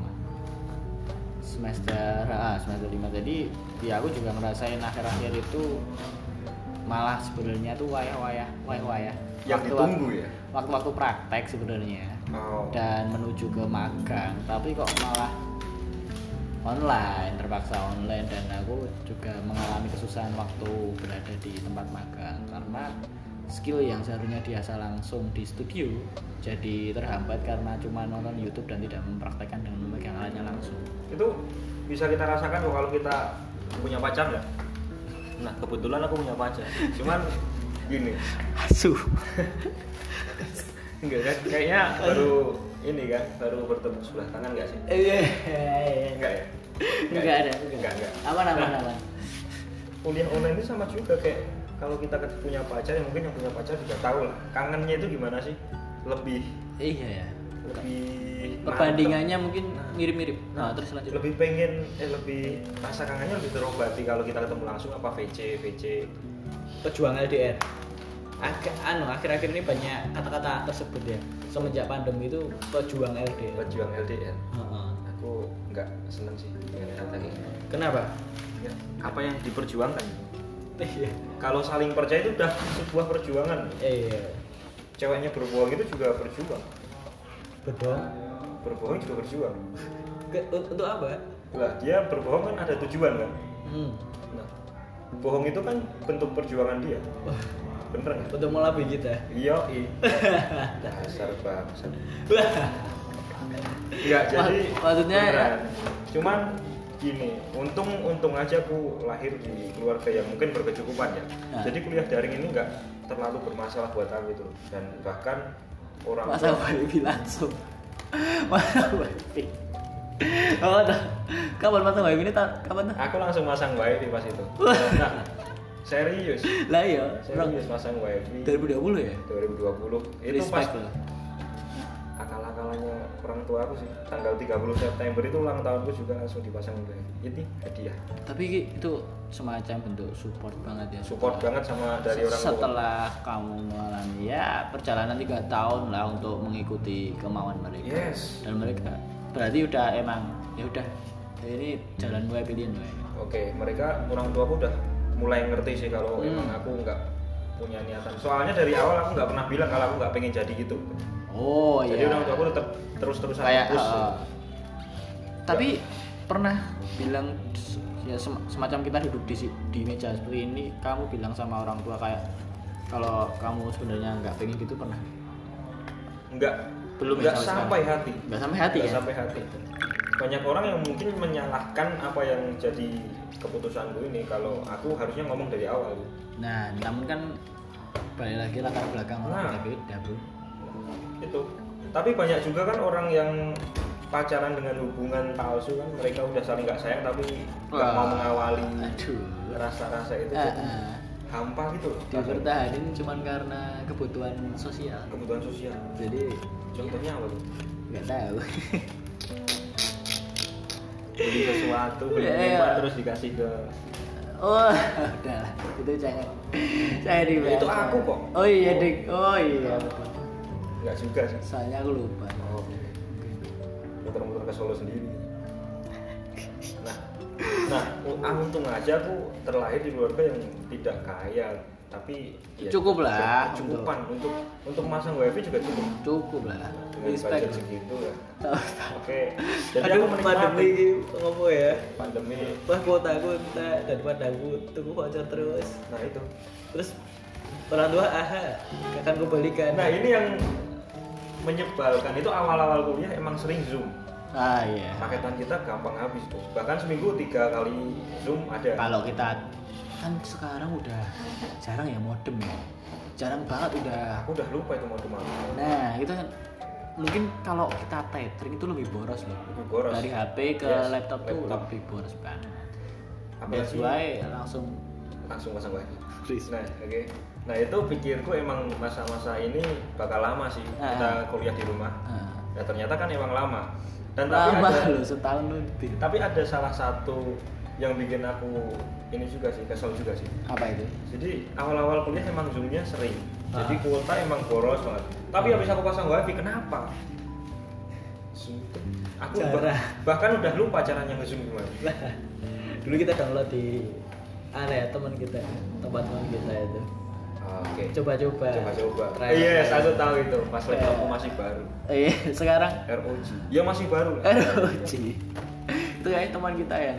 Speaker 1: semester ah, semester 5 jadi ya aku juga ngerasain akhir-akhir itu malah sebenarnya tuh wayah-wayah wayah-wayah
Speaker 2: yang
Speaker 1: waktu-waktu
Speaker 2: ditunggu ya
Speaker 1: waktu-waktu praktek sebenarnya
Speaker 2: oh
Speaker 1: dan menuju ke magang tapi kok malah online terpaksa online dan aku juga mengalami kesusahan waktu berada di tempat magang karena skill yang seharusnya biasa langsung di studio jadi terhambat karena cuma nonton YouTube dan tidak mempraktekkan dengan memegang alatnya langsung
Speaker 2: itu bisa kita rasakan kok kalau kita punya pacar ya nah kebetulan aku punya pacar cuman gini
Speaker 1: (laughs) asuh
Speaker 2: Enggak kan? Kayaknya baru ini kan, baru bertemu sebelah tangan enggak sih? Enggak ya?
Speaker 1: Iya, enggak ada
Speaker 2: Enggak, enggak.
Speaker 1: aman aman
Speaker 2: Nah,
Speaker 1: aman
Speaker 2: Kuliah online ini sama juga kayak kalau kita ket- punya pacar, yang mungkin yang punya pacar juga tahu lah. Kangennya itu gimana sih? Lebih
Speaker 1: iya ya
Speaker 2: lebih
Speaker 1: perbandingannya mungkin mirip-mirip
Speaker 2: mantep.
Speaker 1: nah, terus lanjut
Speaker 2: lebih pengen eh lebih rasa kangennya lebih terobati kalau kita ketemu langsung apa VC VC
Speaker 1: pejuang LDR Akhir, anu akhir-akhir ini banyak kata-kata tersebut ya semenjak pandemi itu pejuang LDR
Speaker 2: berjuang LDR
Speaker 1: Heeh.
Speaker 2: aku nggak seneng sih dengan kata kayak gitu.
Speaker 1: kenapa
Speaker 2: Ya, apa yang diperjuangkan
Speaker 1: iya
Speaker 2: kalau saling percaya itu udah sebuah perjuangan
Speaker 1: iya
Speaker 2: ceweknya berbohong itu juga berjuang
Speaker 1: betul
Speaker 2: berbohong juga berjuang
Speaker 1: Ke- un- untuk apa
Speaker 2: lah dia berbohong kan ada tujuan kan
Speaker 1: hmm.
Speaker 2: nah bohong itu kan bentuk perjuangan dia
Speaker 1: Wah,
Speaker 2: bener nggak
Speaker 1: untuk melabui kita
Speaker 2: iya i dasar bangsa
Speaker 1: Wah,
Speaker 2: nggak jadi
Speaker 1: Mak- maksudnya ya?
Speaker 2: beneran. cuman gini untung untung aja aku lahir di keluarga yang mungkin berkecukupan ya
Speaker 1: Nah.
Speaker 2: jadi kuliah daring ini nggak terlalu bermasalah buat aku itu dan bahkan orang
Speaker 1: masa wifi langsung masa wifi oh dah kapan masa wifi ini ta- kapan dah
Speaker 2: aku langsung masang wifi pas itu nah, serius
Speaker 1: lah iya orang
Speaker 2: serius masang wifi
Speaker 1: 2020 ya
Speaker 2: 2020 itu pas
Speaker 1: respect lah
Speaker 2: akal-akalannya orang tua aku sih tanggal 30 September itu ulang tahunku juga langsung dipasang wifi ini hadiah
Speaker 1: tapi Ki, itu semacam bentuk support banget ya
Speaker 2: support banget sama dari orang tua
Speaker 1: setelah kamu mengalami ya perjalanan tiga tahun lah untuk mengikuti kemauan mereka
Speaker 2: yes
Speaker 1: dan mereka berarti udah emang ya udah ini jalan gue pilihan gue
Speaker 2: Oke, mereka orang tua aku udah mulai ngerti sih kalau
Speaker 1: Hmm.
Speaker 2: emang aku nggak punya niatan. Soalnya dari awal aku nggak pernah bilang kalau aku nggak pengen jadi gitu.
Speaker 1: oh iya
Speaker 2: jadi orang tua aku tetap terus-terusan
Speaker 1: kayak
Speaker 2: push.
Speaker 1: uh, tapi pernah bilang s- ya sem- semacam kita duduk di si- di meja seperti ini kamu bilang sama orang tua kayak kalau kamu sebenarnya nggak pengen gitu pernah
Speaker 2: nggak
Speaker 1: Belum ya
Speaker 2: nggak
Speaker 1: sama
Speaker 2: sampai hati.
Speaker 1: nggak sampai hati
Speaker 2: Nggak
Speaker 1: ya
Speaker 2: sampai hati. Banyak orang yang mungkin menyalahkan apa yang jadi keputusanku ini kalau aku harusnya ngomong dari awal.
Speaker 1: nah namun kan balik lagi latar belakang orang
Speaker 2: Nah.
Speaker 1: beda beda bro
Speaker 2: Itu. Tapi banyak juga kan orang yang pacaran dengan hubungan palsu kan mereka udah saling nggak sayang tapi nggak mau
Speaker 1: Wah. Eh.
Speaker 2: mengawali
Speaker 1: aduh
Speaker 2: rasa-rasa itu
Speaker 1: Ah,
Speaker 2: jadi
Speaker 1: ah.
Speaker 2: hampa gitu loh rasanya.
Speaker 1: dipertahanin cuma karena kebutuhan sosial
Speaker 2: kebutuhan sosial
Speaker 1: jadi
Speaker 2: contohnya apa tuh
Speaker 1: nggak tahu
Speaker 2: beli sesuatu beli
Speaker 1: Iya,
Speaker 2: minuman
Speaker 1: iya.
Speaker 2: terus dikasih ke
Speaker 1: (laughs) oh udah lah, itu jangan saya dibahas
Speaker 2: Itu aku kok.
Speaker 1: oh iya dik oh iya
Speaker 2: nggak juga sih
Speaker 1: soalnya aku lupa
Speaker 2: oh muter-muter ke Solo sendiri nah nah u- ah, untung aja aku terlahir di keluarga yang tidak kaya tapi ya
Speaker 1: Cukup lah.
Speaker 2: cukupan untuk untuk masang wifi juga cukup
Speaker 1: cukup lah
Speaker 2: dengan budget
Speaker 1: (laughs) respect Oh.
Speaker 2: segitu ya
Speaker 1: tahu
Speaker 2: oke jadi
Speaker 3: Aduh,
Speaker 2: aku
Speaker 3: pandemi
Speaker 2: menikmati
Speaker 3: ini ngopo ya?
Speaker 2: pandemi
Speaker 3: Wah, kuota aku entek daripada aku tuku voucher terus.
Speaker 2: nah itu
Speaker 3: Terus orang tua aha, kakakku balikan.
Speaker 2: Nah ini yang menyebalkan itu awal-awal kuliah emang sering zoom
Speaker 1: ah iya
Speaker 2: paketan kita gampang habis bos bahkan seminggu tiga kali zoom ada
Speaker 1: kalau kita kan sekarang udah jarang ya modem ya jarang banget udah
Speaker 2: aku udah lupa itu mau kemana
Speaker 1: nah kita kan mungkin kalau kita tethering itu lebih boros loh
Speaker 2: Lebih boros.
Speaker 1: dari HP ke
Speaker 2: Yes,
Speaker 1: laptop, tuh
Speaker 2: laptop.
Speaker 1: lebih boros banget that's
Speaker 2: apalagi
Speaker 1: why langsung
Speaker 2: langsung pasang lagi
Speaker 1: Please.
Speaker 2: nah oke nah itu pikirku emang masa-masa ini bakal lama sih
Speaker 1: Ah.
Speaker 2: kita kuliah di rumah
Speaker 1: nah,
Speaker 2: nah ternyata kan emang lama dan tapi
Speaker 1: lama
Speaker 2: ada
Speaker 1: loh setahun lebih
Speaker 2: tapi ada salah satu yang bikin aku ini juga sih kesel juga sih
Speaker 1: apa itu
Speaker 2: Jadi awal-awal kuliah emang zoomnya sering.
Speaker 1: Ah.
Speaker 2: Jadi kuota emang boros banget. Tapi habis aku pasang wifi kenapa? Sumpah. Aku bah-
Speaker 3: Cara.
Speaker 2: bahkan udah lupa caranya nge-zoom gimana.
Speaker 3: Lah, (laughs) dulu kita download di aneh teman kita, tempat teman kita itu.
Speaker 2: Oke.
Speaker 3: Coba-coba.
Speaker 2: Coba-coba.
Speaker 3: Trial.
Speaker 2: Iya, Yes, aku tahu itu. Pas laptopku
Speaker 1: Trial.
Speaker 2: masih baru.
Speaker 1: eh sekarang
Speaker 2: ROG. Ya masih baru. lah.
Speaker 1: ROG itu kayak teman kita yang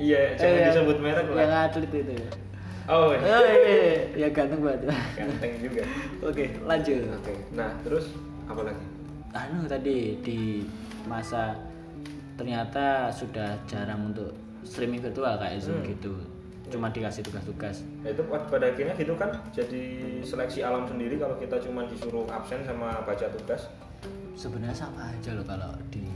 Speaker 2: Iya,
Speaker 1: eh,
Speaker 2: jangan
Speaker 1: yang-
Speaker 2: disebut merek
Speaker 1: yang
Speaker 2: lah.
Speaker 1: atlet itu ya
Speaker 2: Oh,
Speaker 1: Eh, eh, eh, ya ganteng banget
Speaker 2: ganteng juga.
Speaker 1: oke lanjut
Speaker 2: Oke. Nah, terus apa lagi?
Speaker 1: anu tadi di masa ternyata sudah jarang untuk streaming virtual kayak zoom
Speaker 2: Hmm.
Speaker 1: gitu cuma dikasih tugas-tugas
Speaker 2: Nah, itu pad- pada akhirnya gitu kan jadi seleksi alam sendiri kalau kita cuma disuruh absen sama baca tugas
Speaker 1: sebenarnya sama aja loh kalau di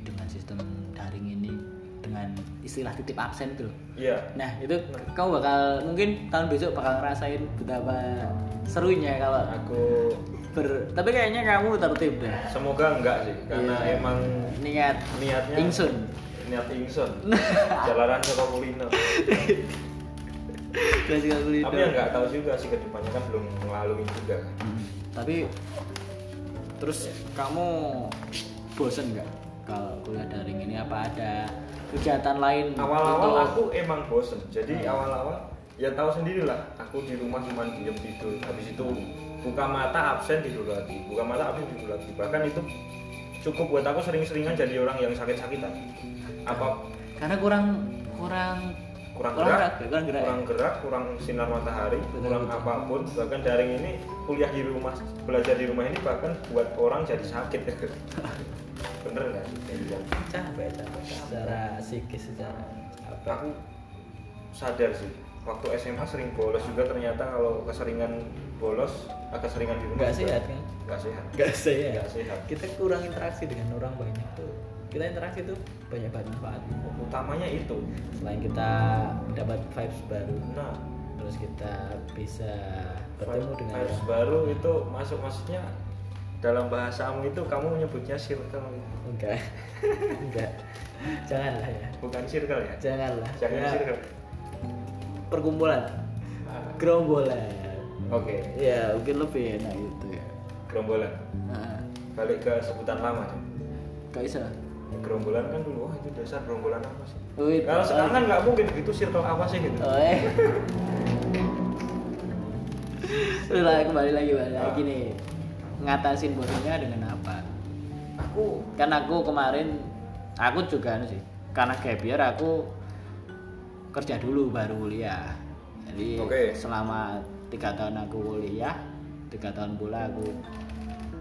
Speaker 1: dengan sistem daring ini dengan istilah titip absen tuh
Speaker 2: Iya,
Speaker 1: Nah itu kau bakal mungkin tahun besok bakal ngerasain betapa serunya kalau
Speaker 2: aku
Speaker 1: ber. Tapi kayaknya kamu tertib deh.
Speaker 2: semoga enggak sih, karena
Speaker 1: Iya.
Speaker 2: emang
Speaker 1: Niat
Speaker 2: niatnya
Speaker 1: ingsun. Iya.
Speaker 2: niat
Speaker 1: (laughs)
Speaker 2: ingsun, jalanan ke kuliner.
Speaker 1: Terus juga kuliah.
Speaker 2: Tapi yang nggak tahu juga sih kedepannya kan belum melalui juga. kan.
Speaker 1: Hmm, Tapi terus kamu bosen nggak kalau kuliah daring ini apa ada kegiatan lain?
Speaker 2: Awal-awal
Speaker 1: untuk-
Speaker 2: aku emang bosen, jadi awal-awal ya tahu sendiri lah, aku di rumah cuma diem tidur, habis itu buka mata absen tidur lagi, buka mata absen tidur lagi. Bahkan itu cukup buat aku sering-seringan jadi orang yang sakit-sakitan. Apa
Speaker 1: karena kurang kurang
Speaker 2: kurang
Speaker 1: Kurang
Speaker 2: gerak,
Speaker 1: gerak, ya, kurang gerak.
Speaker 2: kurang gerak, kurang sinar matahari,
Speaker 1: Betul,
Speaker 2: kurang
Speaker 1: betul.
Speaker 2: apapun. Bahkan daring ini kuliah di rumah, belajar di rumah ini bahkan buat orang jadi sakit. (laughs) Bener nggak? sih? Kayak gitu.
Speaker 3: capek capek secara psikis secara apa
Speaker 2: Aku sadar sih, waktu SMA sering bolos juga ternyata kalau keseringan bolos, agak keseringan di rumah.
Speaker 3: nggak
Speaker 2: juga
Speaker 3: sehat kan
Speaker 2: Nggak sehat.
Speaker 3: nggak sehat
Speaker 2: Nggak sehat.
Speaker 3: kita kurang interaksi dengan orang banyak tuh kita interaksi tuh banyak banget manfaat
Speaker 2: Utamanya itu.
Speaker 3: selain kita dapat vibes baru
Speaker 2: Nah,
Speaker 3: terus kita bisa bertemu dengan
Speaker 2: harus
Speaker 3: orang.
Speaker 2: baru itu masuk maksudnya dalam bahasamu itu kamu menyebutnya circle
Speaker 3: enggak (laughs) enggak janganlah ya
Speaker 2: bukan circle ya
Speaker 3: janganlah
Speaker 2: jangan
Speaker 3: Ya,
Speaker 2: circle
Speaker 3: perkumpulan
Speaker 2: Ah,
Speaker 3: gerombolan
Speaker 2: oke
Speaker 1: ya mungkin lebih enak gitu ya
Speaker 2: gerombolan
Speaker 1: nah,
Speaker 2: balik ke sebutan lama Cok.
Speaker 1: gak bisa
Speaker 2: gerombolan kan dulu wah itu dasar gerombolan apa sih
Speaker 1: Oh, itu-
Speaker 2: kalau sekarang kan nggak mungkin itu circle apa sih gitu
Speaker 1: oh, eh. Udah kembali lagi balik lagi nih ngatasin bosannya dengan apa
Speaker 2: aku
Speaker 1: kan aku kemarin aku juga anu sih karena gap year aku kerja dulu baru kuliah jadi
Speaker 2: Oke.
Speaker 1: selama tiga tahun aku kuliah tiga tahun pula aku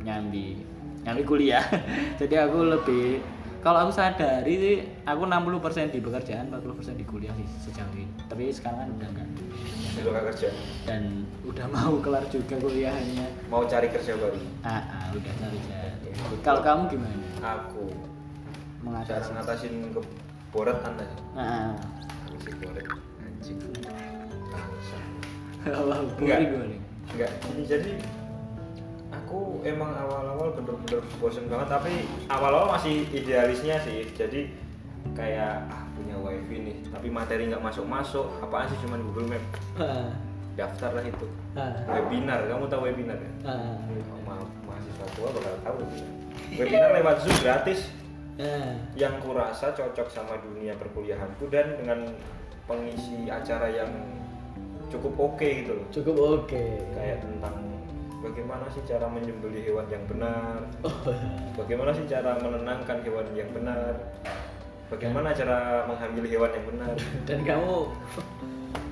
Speaker 1: nyambi nyambi kuliah (laughs) jadi aku lebih kalau aku sadari sih aku 60% di pekerjaan 40% di kuliah sih sejauh ini tapi sekarang kan udah enggak
Speaker 2: dulu nggak kerja
Speaker 1: dan udah (laughs) mau kelar juga kuliahnya
Speaker 2: mau cari kerja baru
Speaker 1: ah, ah, udah cari cari kalau kamu gimana
Speaker 2: aku cara
Speaker 1: mengatasi
Speaker 2: ngatasin ke borat anda
Speaker 1: Nah,
Speaker 2: aku sih borat anjing Bangsat.
Speaker 1: wah,
Speaker 2: Enggak.
Speaker 1: boring boring.
Speaker 2: Enggak, gini, jadi aku emang awal-awal bener-bener bosen banget tapi awal-awal masih idealisnya sih. Jadi kayak ah punya wifi nih, tapi materi nggak masuk-masuk, apaan sih cuman Google Map.
Speaker 3: Ah,
Speaker 2: Daftarlah itu.
Speaker 3: ah,
Speaker 2: Webinar, kamu tahu webinar ya?
Speaker 3: ah.
Speaker 2: Ma mahasiswa tua bakal tahu webinar. Webinar lewat Zoom gratis
Speaker 3: Nah,
Speaker 2: yang kurasa cocok sama dunia perkuliahanku dan dengan pengisi acara yang cukup oke gitu loh
Speaker 3: cukup oke
Speaker 2: kayak tentang bagaimana sih cara menyembelih hewan yang benar,
Speaker 3: Oh,
Speaker 2: bagaimana sih cara menenangkan hewan yang benar, bagaimana cara menghamili hewan yang benar.
Speaker 3: dan kamu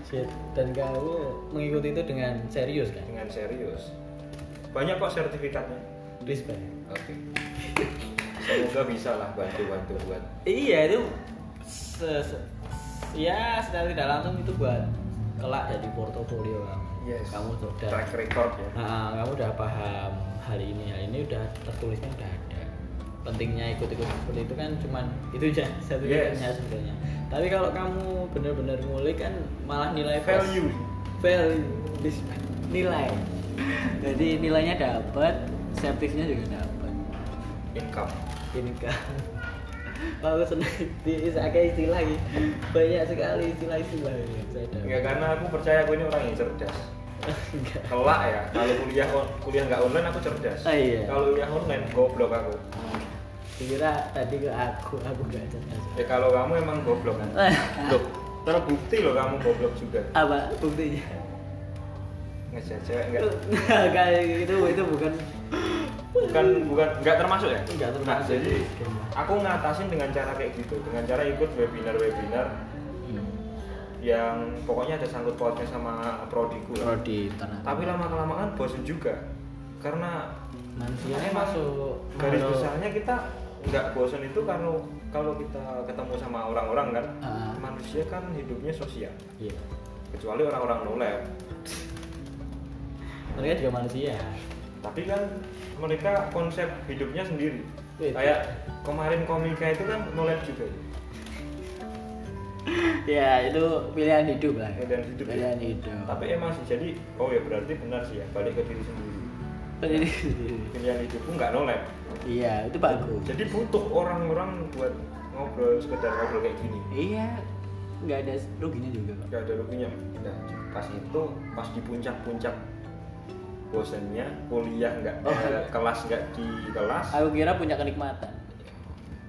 Speaker 3: shit, dan kamu mengikuti itu dengan serius kan
Speaker 2: dengan serius. Banyak kok sertifikatnya.
Speaker 3: respect
Speaker 2: Oke. Semoga bisa lah bantu-bantu buat.
Speaker 3: iya itu se- se- ya secara tidak langsung itu buat kelak jadi portofolio kamu
Speaker 2: Yes.
Speaker 3: kamu sudah
Speaker 2: Track record ya.
Speaker 3: Nah, kamu udah paham hal ini, hal ini udah tertulisnya udah ada. Pentingnya ikut-ikut seperti itu kan cuman itu aja satu
Speaker 2: Yes.
Speaker 3: satunya sebenarnya. Tapi kalau kamu benar-benar ngulik kan malah nilai plus.
Speaker 2: Value.
Speaker 3: value respect.
Speaker 1: Nilai. Jadi nilainya dapat, sertifnya juga dapat.
Speaker 2: Income.
Speaker 3: ini kan. Aku senang di pakai istilah lagi. Banyak sekali istilah-istilah yang saya dapat.
Speaker 2: Ya karena aku percaya aku ini orang yang cerdas.
Speaker 3: Enggak.
Speaker 2: Kelak ya, kalau kuliah on- kuliah nggak online aku cerdas.
Speaker 1: Ah, iya.
Speaker 2: Kalau kuliah online goblok aku.
Speaker 3: Kira tadi ke aku, aku gak cerdas.
Speaker 2: Ya kalau kamu emang goblok kan? Loh, terbukti loh kamu goblok juga.
Speaker 3: Apa buktinya?
Speaker 2: Ngejar cewek enggak?
Speaker 3: kayak gitu itu bukan
Speaker 2: Bukan bukan enggak termasuk ya?
Speaker 3: Enggak termasuk.
Speaker 2: Nah, jadi aku ngatasin dengan cara kayak gitu, dengan cara ikut webinar-webinar yang pokoknya ada sangkut pautnya sama prodiku lah.
Speaker 1: Kalau di tanah.
Speaker 2: Tapi lama kelamaan bosen juga. Karena
Speaker 3: manusianya masuk
Speaker 2: garis
Speaker 3: kalau-
Speaker 2: besarnya kita nggak bosen itu kalau kalau kita ketemu sama orang-orang kan
Speaker 1: Ah.
Speaker 2: manusia kan hidupnya sosial
Speaker 3: Iya.
Speaker 2: kecuali orang-orang no lab
Speaker 3: mereka juga manusia
Speaker 2: tapi kan mereka konsep hidupnya sendiri
Speaker 3: Iya.
Speaker 2: kayak kemarin komika itu kan nolep juga
Speaker 1: Ya itu pilihan hidup lah.
Speaker 2: Pilihan hidup ya?
Speaker 1: Pilihan hidup.
Speaker 2: tapi emang sih jadi oh ya berarti benar sih ya balik ke diri sendiri
Speaker 1: Pilihan hidup.
Speaker 2: pilihan hidupku nggak nolep
Speaker 1: Iya itu bagus.
Speaker 2: jadi butuh orang-orang buat ngobrol sekedar ngobrol kayak gini
Speaker 1: Iya nggak ada ruginya juga kok.
Speaker 2: nggak ada ruginya nah, pas itu pas di puncak-puncak bosennya kuliah nggak
Speaker 1: Oh.
Speaker 2: eh, kelas nggak di kelas
Speaker 1: Aku kira punya kenikmatan.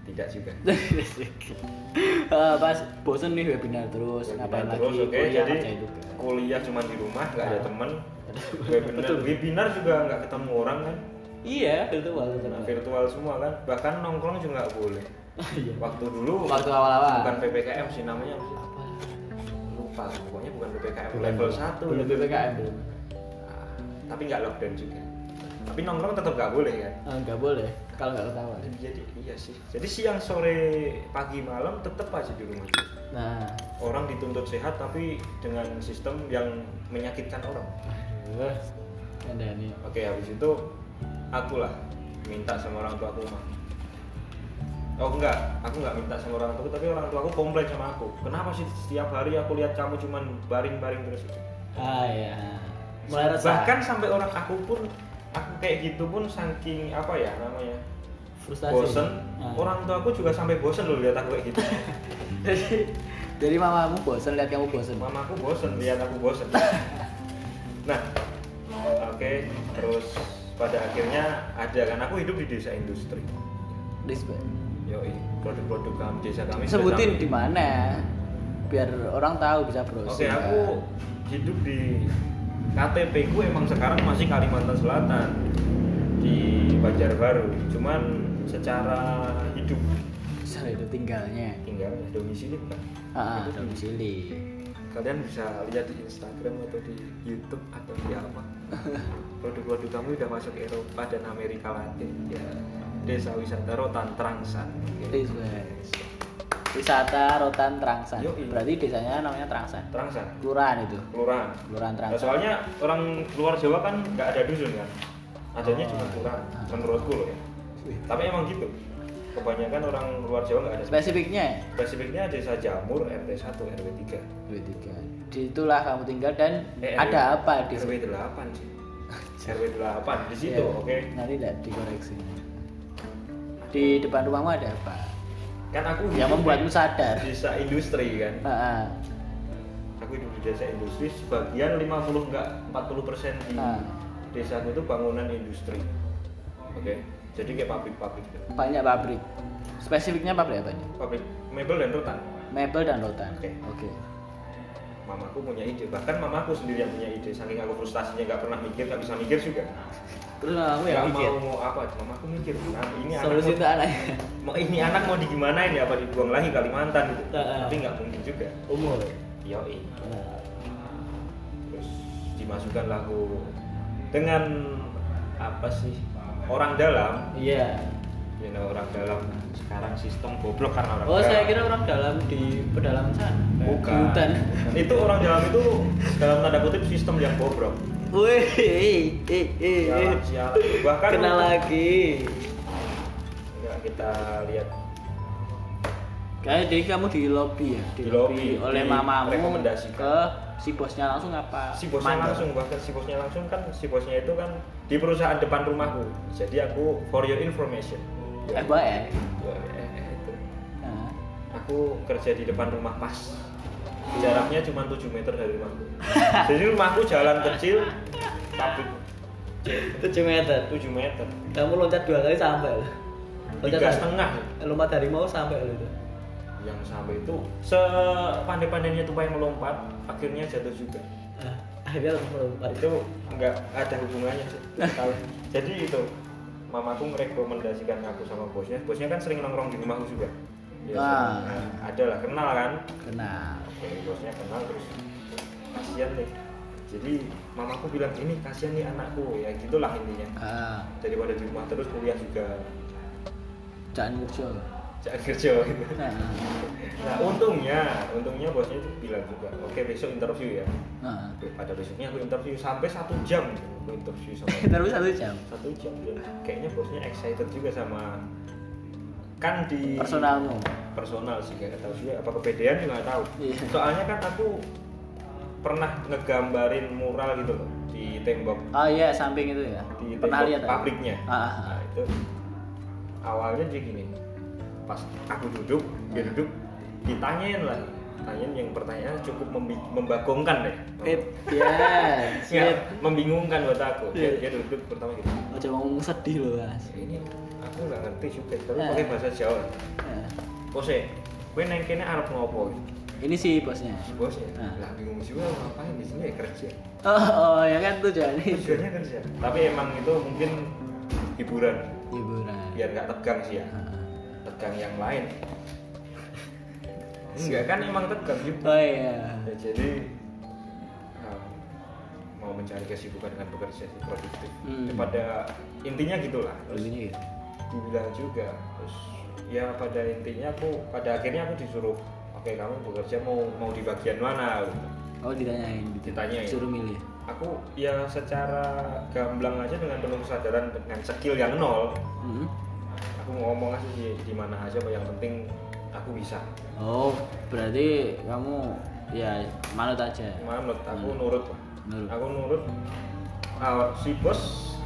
Speaker 2: tidak juga
Speaker 1: Eh, pas bosen nih webinar terus ngapain lagi Oh, iya,
Speaker 2: Webinar Iya, terus, oke,
Speaker 1: kuliah ya.
Speaker 2: jadi
Speaker 1: kerja juga
Speaker 2: kuliah cuma di rumah nggak
Speaker 1: Iya.
Speaker 2: ada
Speaker 3: Ah.
Speaker 2: temen webinar
Speaker 3: Betul.
Speaker 2: webinar juga nggak ketemu orang kan
Speaker 3: iya virtual
Speaker 2: Nah,
Speaker 3: tetap
Speaker 2: virtual semua kan bahkan nongkrong juga nggak boleh
Speaker 3: iya
Speaker 2: waktu dulu
Speaker 1: waktu awal-awal
Speaker 2: bukan ppkm sih namanya apa sih? festival pokoknya bukan ppkm
Speaker 1: Bukan.
Speaker 2: level 1
Speaker 1: belum ppkm belum
Speaker 2: Nah, tapi nggak lockdown juga tapi nongkrong tetap nggak boleh kan
Speaker 1: Eh, nggak boleh kalau nggak ketahuan
Speaker 2: jadi iya sih jadi siang sore pagi malam tetap aja di rumah
Speaker 1: nah
Speaker 2: orang dituntut sehat tapi dengan sistem yang menyakitkan orang
Speaker 1: aduh ada nih
Speaker 2: Oke habis itu akulah minta sama orang tua aku mah. Oh enggak, aku enggak minta sama orang tuaku tapi orang tuaku komplain sama aku. Kenapa sih setiap hari aku lihat kamu cuman baring-baring terus?
Speaker 1: ah ya mulai resah
Speaker 2: Bahkan sampai orang aku pun aku kayak gitu pun saking apa ya namanya
Speaker 1: frustasi
Speaker 2: bosen
Speaker 1: Ah.
Speaker 2: orang tua aku juga sampai bosen loh lihat aku kayak gitu
Speaker 1: (laughs) jadi jadi mamamu bosen lihat kamu bosen
Speaker 2: mamaku bosen lihat aku bosen nah oke terus pada akhirnya ada kan aku hidup di desa industri
Speaker 1: Dis-
Speaker 2: Yoi, produk-produk kami desa kami sudah
Speaker 1: sebutin
Speaker 2: sampai-
Speaker 1: di mana biar orang tahu bisa browsing kan.
Speaker 2: Oke, aku hidup di KTP ku emang sekarang masih Kalimantan Selatan di Banjarbaru. Cuman secara hidup
Speaker 1: Cara itu tinggalnya
Speaker 2: tinggal domisili bukan.
Speaker 1: ah, ah,
Speaker 2: Itu
Speaker 1: domisili
Speaker 2: Kalian bisa lihat di Instagram atau di YouTube atau di
Speaker 1: (laughs)
Speaker 2: apa. Produk-produk kami udah masuk Eropa dan Amerika Latin. Ya, desa wisata Rotan Trangsan. Oke.
Speaker 1: Dis- wisata Rotan Trangsan
Speaker 2: Yoi.
Speaker 1: berarti desanya namanya Trangsan
Speaker 2: Trangsan,
Speaker 1: kelurahan itu
Speaker 2: kelurahan.
Speaker 1: kelurahan
Speaker 2: Nah,
Speaker 1: Trangsan
Speaker 2: soalnya orang luar Jawa kan nggak ada dusun kan, adanya
Speaker 1: Oh.
Speaker 2: cuma kelurahan.
Speaker 1: Ah.
Speaker 2: Menurutku loh ya. Tapi emang gitu. Kebanyakan orang luar Jawa nggak ada.
Speaker 1: spesifiknya
Speaker 2: Spesifiknya desa Jamur RT 1 RW 3.
Speaker 1: dua tiga disitulah kamu tinggal dan
Speaker 2: Eh,
Speaker 1: ada apa di
Speaker 2: RW 8
Speaker 1: (laughs)
Speaker 2: sih. RW 8 di situ,
Speaker 1: Ya,
Speaker 2: oke.
Speaker 1: nanti tidak dikoreksi di depan rumahmu ada apa
Speaker 2: Kan aku
Speaker 1: yang
Speaker 2: hidup
Speaker 1: membuatmu
Speaker 2: di
Speaker 1: sadar
Speaker 2: desa industri kan.
Speaker 1: Ah, ah.
Speaker 2: Aku hidup di desa industri sebagian 50 enggak 40% di
Speaker 1: Ah.
Speaker 2: desaku itu bangunan industri. Oke. Jadi kayak pabrik-pabrik gitu.
Speaker 1: banyak pabrik spesifiknya pabrik apa nih
Speaker 2: Pabrik mebel dan rotan.
Speaker 1: mebel dan rotan
Speaker 2: Oke.
Speaker 1: oke
Speaker 2: mamaku punya ide bahkan mamaku sendiri yang punya ide saking aku frustasinya nggak pernah mikir nggak bisa mikir juga
Speaker 1: terus kamu yang
Speaker 2: nggak
Speaker 1: mikir
Speaker 2: mau mau apa mamaku mikir nah, ini anak
Speaker 1: ya, solusi untuk
Speaker 2: mau,
Speaker 1: anaknya
Speaker 2: mau- ini anak mau digimanain ya apa dibuang lagi Kalimantan gitu
Speaker 1: Heeh.
Speaker 2: tapi nggak mungkin juga
Speaker 1: umur
Speaker 2: yoi terus dimasukkan lagu dengan apa sih orang dalam
Speaker 1: iya
Speaker 2: you know, orang dalam sekarang sistem goblok karena orang
Speaker 1: oh
Speaker 2: dalam
Speaker 1: saya kira orang dalam di pedalaman sana
Speaker 2: Eh,
Speaker 1: Di hutan
Speaker 2: itu orang dalam itu dalam tanda kutip sistem yang bobrok
Speaker 1: wih eh, eh, eh, eh.
Speaker 2: Sialan, sialan. bahkan
Speaker 1: kenal
Speaker 2: untuk-
Speaker 1: lagi
Speaker 2: Ya, kita lihat
Speaker 1: kayak deh kamu di lobby ya di,
Speaker 2: Di
Speaker 1: lobby,
Speaker 2: lobby,
Speaker 1: oleh
Speaker 2: di-
Speaker 1: mamamu
Speaker 2: rekomendasikan.
Speaker 1: ke si bosnya langsung apa
Speaker 2: si bosnya
Speaker 1: Mandor.
Speaker 2: langsung bahkan si bosnya langsung kan si bosnya itu kan di perusahaan depan rumahku jadi aku for your information
Speaker 1: eh baik
Speaker 2: Ya, eh, eh, itu.
Speaker 1: Nah,
Speaker 2: aku kerja di depan rumah pas jaraknya cuma 7 meter dari rumahku jadi rumahku jalan kecil tapi
Speaker 1: 7 meter
Speaker 2: 7 meter
Speaker 1: kamu loncat dua kali sampai loh. loncat
Speaker 2: tiga setengah
Speaker 1: lompat harimau sampai loh itu
Speaker 2: yang sampai itu sepandai-pandainya tupai melompat akhirnya jatuh juga
Speaker 1: Ah, akhirnya langsung melompat
Speaker 2: Nah, itu nggak ada hubungannya sih Tahu. jadi itu mamaku merekomendasikan aku sama bosnya bosnya kan sering nongkrong di rumahku juga ya,
Speaker 1: Ah.
Speaker 2: sering. Nah, ada lah kenal kan
Speaker 1: kenal
Speaker 2: Oke, bosnya kenal terus kasihan nih jadi mamaku bilang ini kasihan nih anakku ya gitulah intinya
Speaker 1: ah
Speaker 2: daripada di rumah terus kuliah juga
Speaker 1: jangan kerja
Speaker 2: jangan kerja gitu
Speaker 1: nah,
Speaker 2: nah untungnya untungnya bosnya itu bilang juga oke besok interview ya
Speaker 1: nah. (laughs)
Speaker 2: pada besoknya aku interview sampai satu jam aku interview sama
Speaker 1: terus satu jam
Speaker 2: satu jam dan kayaknya bosnya excited juga sama kan di
Speaker 1: personalmu
Speaker 2: personal sih nggak tahu juga apa kepedean juga nggak tahu
Speaker 1: Iya.
Speaker 2: soalnya kan aku pernah ngegambarin mural gitu loh di tembok
Speaker 1: oh iya samping itu ya
Speaker 2: di
Speaker 1: pernah
Speaker 2: tembok
Speaker 1: lihat ya?
Speaker 2: pabriknya
Speaker 1: Ah, ah,
Speaker 2: nah
Speaker 1: ah.
Speaker 2: itu awalnya dia gini pas aku duduk dia duduk ditanyain lah tanyain yang pertanyaan cukup membi- membagongkan deh
Speaker 1: It, yes,
Speaker 2: Ya,
Speaker 1: it.
Speaker 2: membingungkan buat aku dia,
Speaker 1: Iya.
Speaker 2: dia duduk pertama gitu
Speaker 1: Ojo ngomong sedih loh mas.
Speaker 2: ini aku nggak ngerti juga tapi
Speaker 1: Eh.
Speaker 2: pakai bahasa Jawa
Speaker 1: Nah,
Speaker 2: Bose, gue neng kene arep ngopo
Speaker 1: ini sih bosnya.
Speaker 2: Bose,
Speaker 1: Ah.
Speaker 2: lah bingung juga ngapain di sini ya
Speaker 1: (laughs)
Speaker 2: kerja
Speaker 1: Oh, oh ya kan tujuannya itu
Speaker 2: Tujuannya kerja Tapi emang itu mungkin hiburan
Speaker 1: hiburan.
Speaker 2: Iya. Biar nggak tegang sih ya
Speaker 1: (laughs) Ah, ah.
Speaker 2: Tegang yang lain enggak kan emang tegang gitu
Speaker 1: oh iya
Speaker 2: Ya, jadi um, mau mencari kesibukan dengan bekerja sih produktif
Speaker 1: Hmm.
Speaker 2: pada intinya gitulah terus
Speaker 1: intinya gitu
Speaker 2: dibilang juga terus ya pada intinya aku pada akhirnya aku disuruh oke kamu bekerja mau mau di bagian mana gitu.
Speaker 1: oh ditanyain gitu
Speaker 2: Ditanyain.
Speaker 1: suruh milih
Speaker 2: aku ya secara gamblang aja dengan penuh kesadaran dengan skill yang nol
Speaker 1: Mm-mm.
Speaker 2: aku ngomong aja di, di mana aja apa yang penting aku bisa
Speaker 1: oh berarti kamu ya manut aja
Speaker 2: manut aku nurut lah.
Speaker 1: Nurut.
Speaker 2: aku nurut Ah, si bos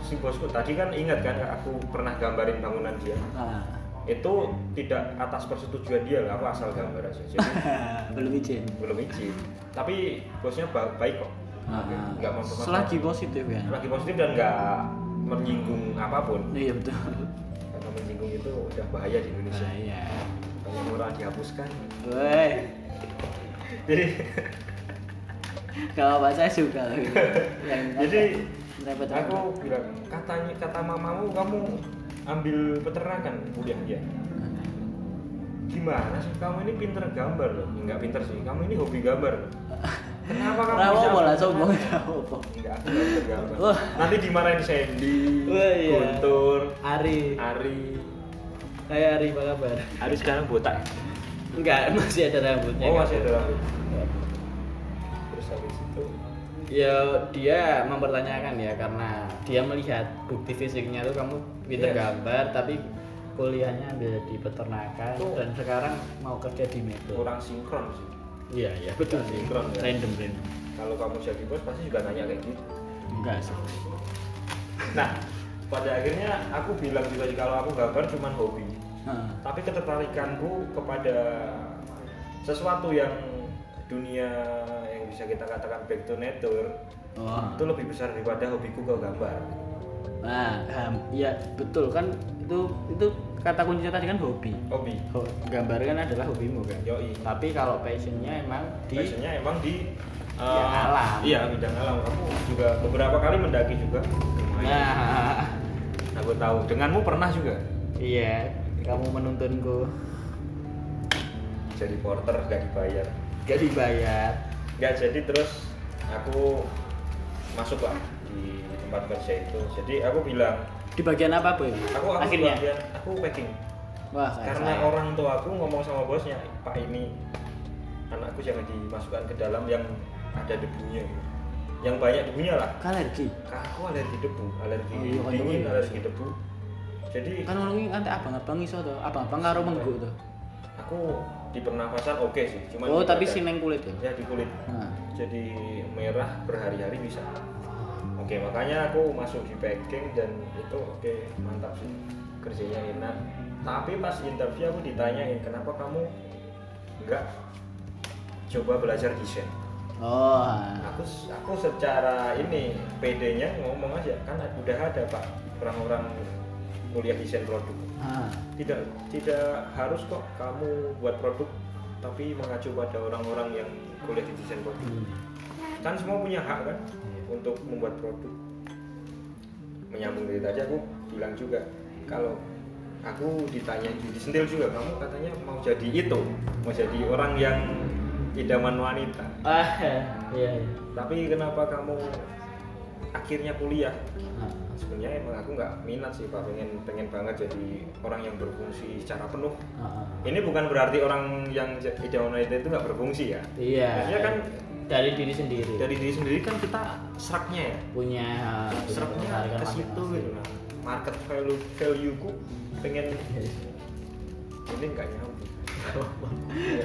Speaker 2: si bosku tadi kan ingat kan aku pernah gambarin bangunan dia
Speaker 1: ah.
Speaker 2: itu tidak atas persetujuan dia lah aku asal gambar aja jadi
Speaker 1: (laughs) belum izin
Speaker 2: belum izin tapi bosnya ba- baik kok
Speaker 1: Ah,
Speaker 2: nggak mau Iya.
Speaker 1: selagi positif ya
Speaker 2: lagi positif dan nggak menyinggung apapun
Speaker 1: iya betul
Speaker 2: karena menyinggung itu udah bahaya di Indonesia
Speaker 1: nah, iya
Speaker 2: banyak orang dihapuskan
Speaker 1: woi
Speaker 2: jadi
Speaker 1: kalau baca
Speaker 2: (laughs)
Speaker 1: suka lagi yang
Speaker 2: Jadi,
Speaker 1: repot
Speaker 2: aku bilang katanya kata mamamu kamu ambil peternakan kuliahnya
Speaker 1: Nah.
Speaker 2: gimana sih kamu ini pinter gambar loh Ya, nggak pinter sih kamu ini hobi gambar loh. kenapa kamu
Speaker 1: rawo
Speaker 2: bisa-
Speaker 1: bola sombong rawo
Speaker 2: Nggak, aku nggak pinter gambar
Speaker 1: Wah.
Speaker 2: nanti dimarahin Sandy
Speaker 3: Wah, iya.
Speaker 2: Guntur
Speaker 3: Ari,
Speaker 2: Ari
Speaker 3: hai Ari apa kabar?
Speaker 2: Ari sekarang botak
Speaker 3: Enggak, (laughs) masih ada rambutnya.
Speaker 2: oh
Speaker 3: Kak.
Speaker 2: masih ada rambut terus habis itu
Speaker 3: Ya dia mempertanyakan ya karena dia melihat bukti fisiknya tuh kamu pinter
Speaker 2: Yes.
Speaker 3: gambar tapi kuliahnya ambil di peternakan
Speaker 2: Tuh.
Speaker 3: dan sekarang mau kerja di Mebel.
Speaker 2: Oh. kurang sinkron sih
Speaker 3: Iya iya betul sih.
Speaker 2: Sinkron, ya.
Speaker 3: Random random.
Speaker 2: kalau kamu jadi bos pasti juga nanya kayak gitu
Speaker 1: enggak sih
Speaker 2: Nah, pada akhirnya aku bilang juga sih kalau aku gambar cuman hobi.
Speaker 1: Ah.
Speaker 2: Tapi ketertarikanku kepada sesuatu yang dunia yang bisa kita katakan back to nature
Speaker 3: Oh,
Speaker 1: Wah.
Speaker 2: itu lebih besar daripada hobiku ke gambar.
Speaker 1: Nah, ham-
Speaker 3: Iya,
Speaker 1: ya betul kan itu itu kata kuncinya tadi kan hobi.
Speaker 2: Hobi.
Speaker 3: Ho- Gambar kan adalah hobimu kan.
Speaker 2: Yoi.
Speaker 3: Tapi kalau passionnya emang di
Speaker 2: Biasanya emang di eh,
Speaker 3: Bidang alam.
Speaker 2: Iya, bidang alam. Aku juga beberapa kali mendaki juga. Lumayan.
Speaker 1: (laughs)
Speaker 3: Nah,
Speaker 2: Aku tahu. Denganmu pernah juga
Speaker 3: iya, kamu menuntunku.
Speaker 2: jadi porter gak dibayar.
Speaker 3: Gak dibayar.
Speaker 2: nggak jadi terus aku masuk lah di tempat kerja itu jadi aku bilang
Speaker 1: Di bagian apa, Boy?
Speaker 2: aku aku
Speaker 1: Akhirnya.
Speaker 2: bagian aku packing
Speaker 1: Wah, kayak
Speaker 2: karena
Speaker 1: saya.
Speaker 2: orang tua aku ngomong sama bosnya pak ini anakku jangan dimasukkan ke dalam yang ada debunya gitu. yang banyak debunya lah
Speaker 1: alergi.
Speaker 2: aku alergi debu alergi
Speaker 1: Oh, iya, kan
Speaker 2: dingin
Speaker 1: iya.
Speaker 2: alergi debu jadi
Speaker 1: Kan orang ini kan abang-abang iso to, abang-abang
Speaker 2: Iya.
Speaker 1: karo mengguk to.
Speaker 2: aku di pernafasan oke sih cuman
Speaker 1: Oh,
Speaker 2: di
Speaker 1: tapi
Speaker 2: badan.
Speaker 1: sing neng kulit ya.
Speaker 2: ya di kulit
Speaker 1: Nah,
Speaker 2: jadi merah berhari-hari bisa oke makanya aku masuk di packing dan itu oke mantap sih kerjanya enak tapi pas interview aku ditanyain kenapa kamu enggak coba belajar desain
Speaker 1: oh.
Speaker 2: aku aku secara ini PD-nya ngomong aja kan udah ada pak orang-orang kuliah desain produk
Speaker 1: Ah.
Speaker 2: tidak tidak harus kok kamu buat produk tapi mengacu pada orang-orang yang kuliah di desain produk
Speaker 1: Hmm.
Speaker 2: kan semua punya hak kan untuk membuat produk menyambung dari tadi aku bilang juga kalau aku ditanya disentil juga kamu katanya mau jadi itu mau jadi orang yang idaman wanita
Speaker 3: Ah, iya. iya.
Speaker 2: tapi kenapa kamu akhirnya kuliah
Speaker 1: Ah.
Speaker 2: sebenarnya emang aku nggak minat sih pak pengen pengen banget jadi orang yang berfungsi secara penuh
Speaker 1: Ah.
Speaker 2: ini bukan berarti orang yang j- idaman wanita itu nggak berfungsi ya
Speaker 3: Iya.
Speaker 2: Maksudnya kan
Speaker 3: dari diri sendiri.
Speaker 2: dari diri sendiri kan kita seraknya ya
Speaker 3: punya uh,
Speaker 2: serapnya
Speaker 3: ketertarikan
Speaker 2: ke situ
Speaker 3: masing-masing.
Speaker 2: gitu nah, market value value ku pengen ini nggak nyambung Iya.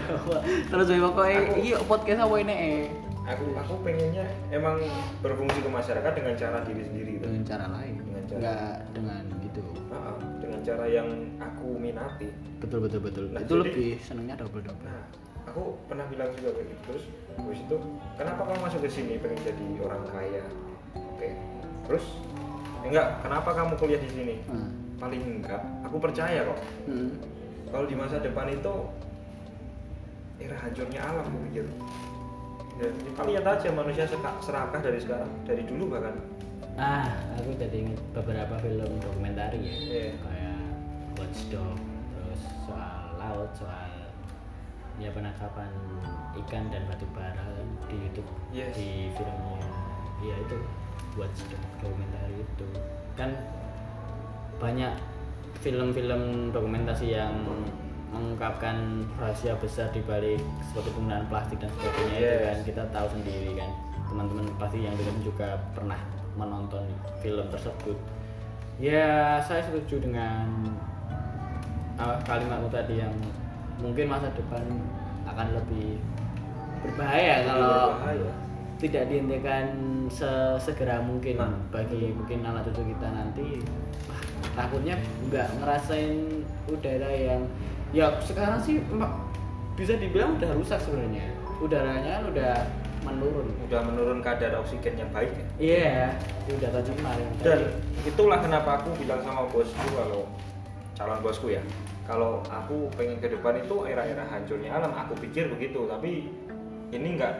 Speaker 1: Terus Boy pokoknya
Speaker 2: Aku-
Speaker 1: iki podcast apa ini eh
Speaker 2: aku aku pengennya emang berfungsi ke masyarakat dengan cara diri sendiri gitu
Speaker 1: dengan cara lain.
Speaker 2: Dengan cara-
Speaker 1: Enggak dengan gitu.
Speaker 2: Ah, ah, dengan cara yang aku minati
Speaker 1: Betul betul betul.
Speaker 2: Nah,
Speaker 1: Itu
Speaker 2: jadi-
Speaker 1: lebih senengnya double double.
Speaker 2: nah aku pernah bilang juga kayak gitu terus habis itu kenapa kamu masuk ke sini pengen jadi orang kaya oke terus enggak kenapa kamu kuliah di sini
Speaker 1: Ah.
Speaker 2: paling enggak aku percaya kok
Speaker 1: Hmm.
Speaker 2: kalau di masa depan itu era hancurnya alam gue pikir ya, kita lihat aja manusia seka- serakah dari sekarang dari dulu bahkan
Speaker 3: ah aku jadi inget beberapa film dokumentari ya
Speaker 2: Iya.
Speaker 3: kayak Watchdog terus soal laut soal
Speaker 1: ya penangkapan ikan dan batu bara kan, di YouTube
Speaker 2: Yes.
Speaker 1: di filmnya ya itu buat dokumenter itu kan banyak film-film dokumentasi yang mengungkapkan rahasia besar di balik suatu penggunaan plastik dan sebagainya itu
Speaker 2: Yes.
Speaker 1: kan kita tahu sendiri kan teman-teman pasti yang dengan juga pernah menonton film tersebut ya saya setuju dengan uh, kalimatmu tadi yang mungkin masa depan akan lebih berbahaya kalau
Speaker 2: berbahaya.
Speaker 1: tidak dihentikan se- segera mungkin
Speaker 2: Nah.
Speaker 1: bagi mungkin anak cucu kita nanti wah, takutnya nggak ngerasain udara yang ya sekarang sih em- bisa dibilang udah rusak sebenarnya udaranya kan udah menurun
Speaker 2: udah menurun kadar oksigen yang baik ya.
Speaker 1: iya udah tercemar yang
Speaker 2: dan
Speaker 1: tadi.
Speaker 2: itulah kenapa aku bilang sama bosku kalau calon bosku ya kalau aku pengen ke depan itu era-era hancurnya alam aku pikir begitu tapi ini nggak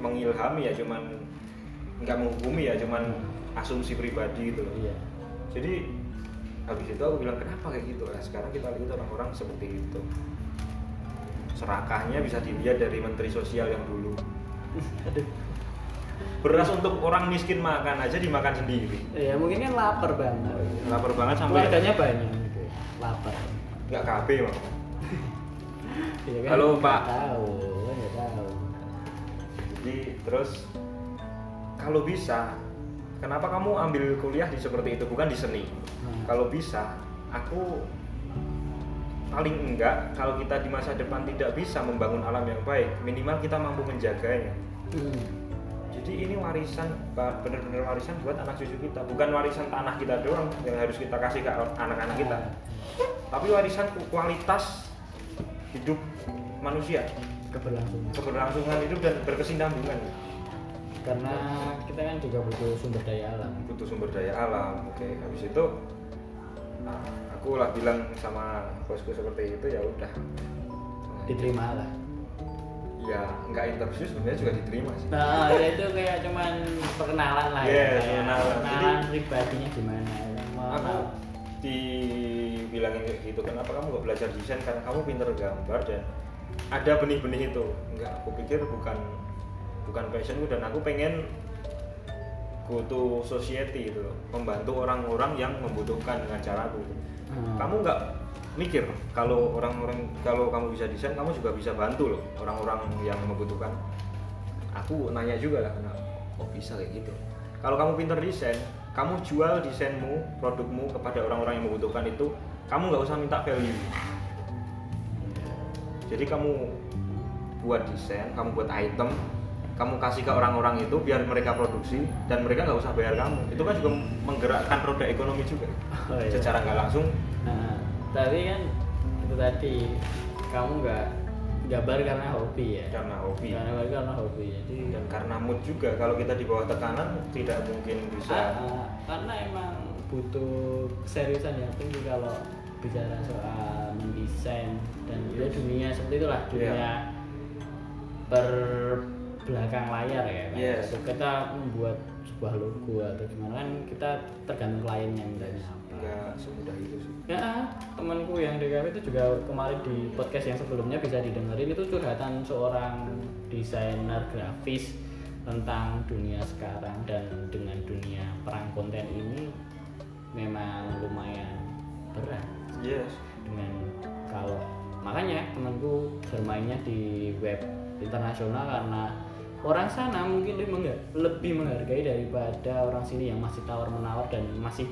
Speaker 2: mengilhami ya cuman nggak menghukumi ya cuman asumsi pribadi gitu loh
Speaker 1: iya
Speaker 2: jadi habis itu aku bilang kenapa kayak gitu nah, sekarang kita lihat orang-orang seperti itu serakahnya bisa dilihat dari menteri sosial yang dulu
Speaker 1: aduh
Speaker 2: beras untuk orang miskin makan aja dimakan sendiri
Speaker 1: ya mungkin kan lapar banget
Speaker 2: lapar banget sampai
Speaker 1: keluarganya banyak gitu ya. lapar
Speaker 2: nggak KB Bang.
Speaker 1: Iya
Speaker 2: Halo,
Speaker 1: Nggak
Speaker 2: Pak.
Speaker 1: tahu nggak tahu
Speaker 2: jadi terus kalau bisa kenapa kamu ambil kuliah di seperti itu bukan di seni
Speaker 1: Hmm.
Speaker 2: kalau bisa aku paling enggak kalau kita di masa depan tidak bisa membangun alam yang baik minimal kita mampu menjaganya
Speaker 1: Hmm.
Speaker 2: jadi ini warisan ba- bener-bener warisan buat anak cucu kita bukan warisan tanah kita doang yang harus kita kasih ke anak-anak kita
Speaker 1: Hmm.
Speaker 2: tapi warisan ku- kualitas hidup manusia
Speaker 1: keberlangsungan
Speaker 2: keberlangsungan hidup dan berkesinambungan
Speaker 1: karena kita kan juga butuh sumber daya alam
Speaker 2: butuh sumber daya alam oke habis itu nah, aku lah bilang sama bosku seperti itu ya udah
Speaker 1: diterima lah
Speaker 2: ya nggak interview sebenarnya juga diterima sih
Speaker 1: nah ya itu kayak cuman perkenalan lah
Speaker 2: Iya,
Speaker 1: ya kayak
Speaker 2: perkenalan.
Speaker 1: perkenalan
Speaker 2: Jadi-
Speaker 1: pribadinya gimana ya. Mau-
Speaker 2: aku
Speaker 1: mau.
Speaker 2: dibilangin kayak gitu kenapa kamu nggak belajar desain karena kamu pinter gambar dan ada benih-benih itu nggak aku pikir bukan bukan passionku dan aku pengen go to society gitu loh membantu orang-orang yang membutuhkan dengan caraku
Speaker 1: Hmm.
Speaker 2: kamu nggak mikir kalau orang-orang kalau kamu bisa desain kamu juga bisa bantu loh orang-orang yang membutuhkan aku nanya juga lah kenapa kok bisa kayak gitu kalau kamu pinter desain kamu jual desainmu produkmu kepada orang-orang yang membutuhkan itu kamu nggak usah minta value jadi kamu buat desain kamu buat item kamu kasih ke orang-orang itu biar mereka produksi dan mereka nggak usah bayar kamu itu kan juga menggerakkan roda ekonomi juga
Speaker 1: Oh, iya.
Speaker 2: secara nggak langsung
Speaker 1: nah tapi kan itu tadi kamu nggak gambar karena hobi ya
Speaker 2: karena hobi
Speaker 1: Nggak gambar karena hobi jadi
Speaker 2: dan karena mood juga kalau kita di bawah tekanan tidak mungkin
Speaker 1: Ah,
Speaker 2: bisa
Speaker 1: ah, karena emang butuh keseriusan yang tinggi kalau bicara soal mendesain dan ya dunia seperti itulah dunia
Speaker 2: Iya.
Speaker 1: berbelakang layar ya kan?
Speaker 2: Yes.
Speaker 1: Untuk kita membuat sebuah logo atau gimana kan kita tergantung klien yang mintanya apa
Speaker 2: nggak semudah itu sih
Speaker 1: ya ah, temanku yang DKW itu juga kemarin di podcast yang sebelumnya bisa didengerin itu curhatan seorang desainer grafis tentang dunia sekarang dan dengan dunia perang konten ini memang lumayan berat
Speaker 2: yes
Speaker 1: dengan kalau makanya temanku bermainnya di web internasional karena orang sana mungkin lebih mengha- lebih menghargai daripada orang sini yang masih tawar menawar dan masih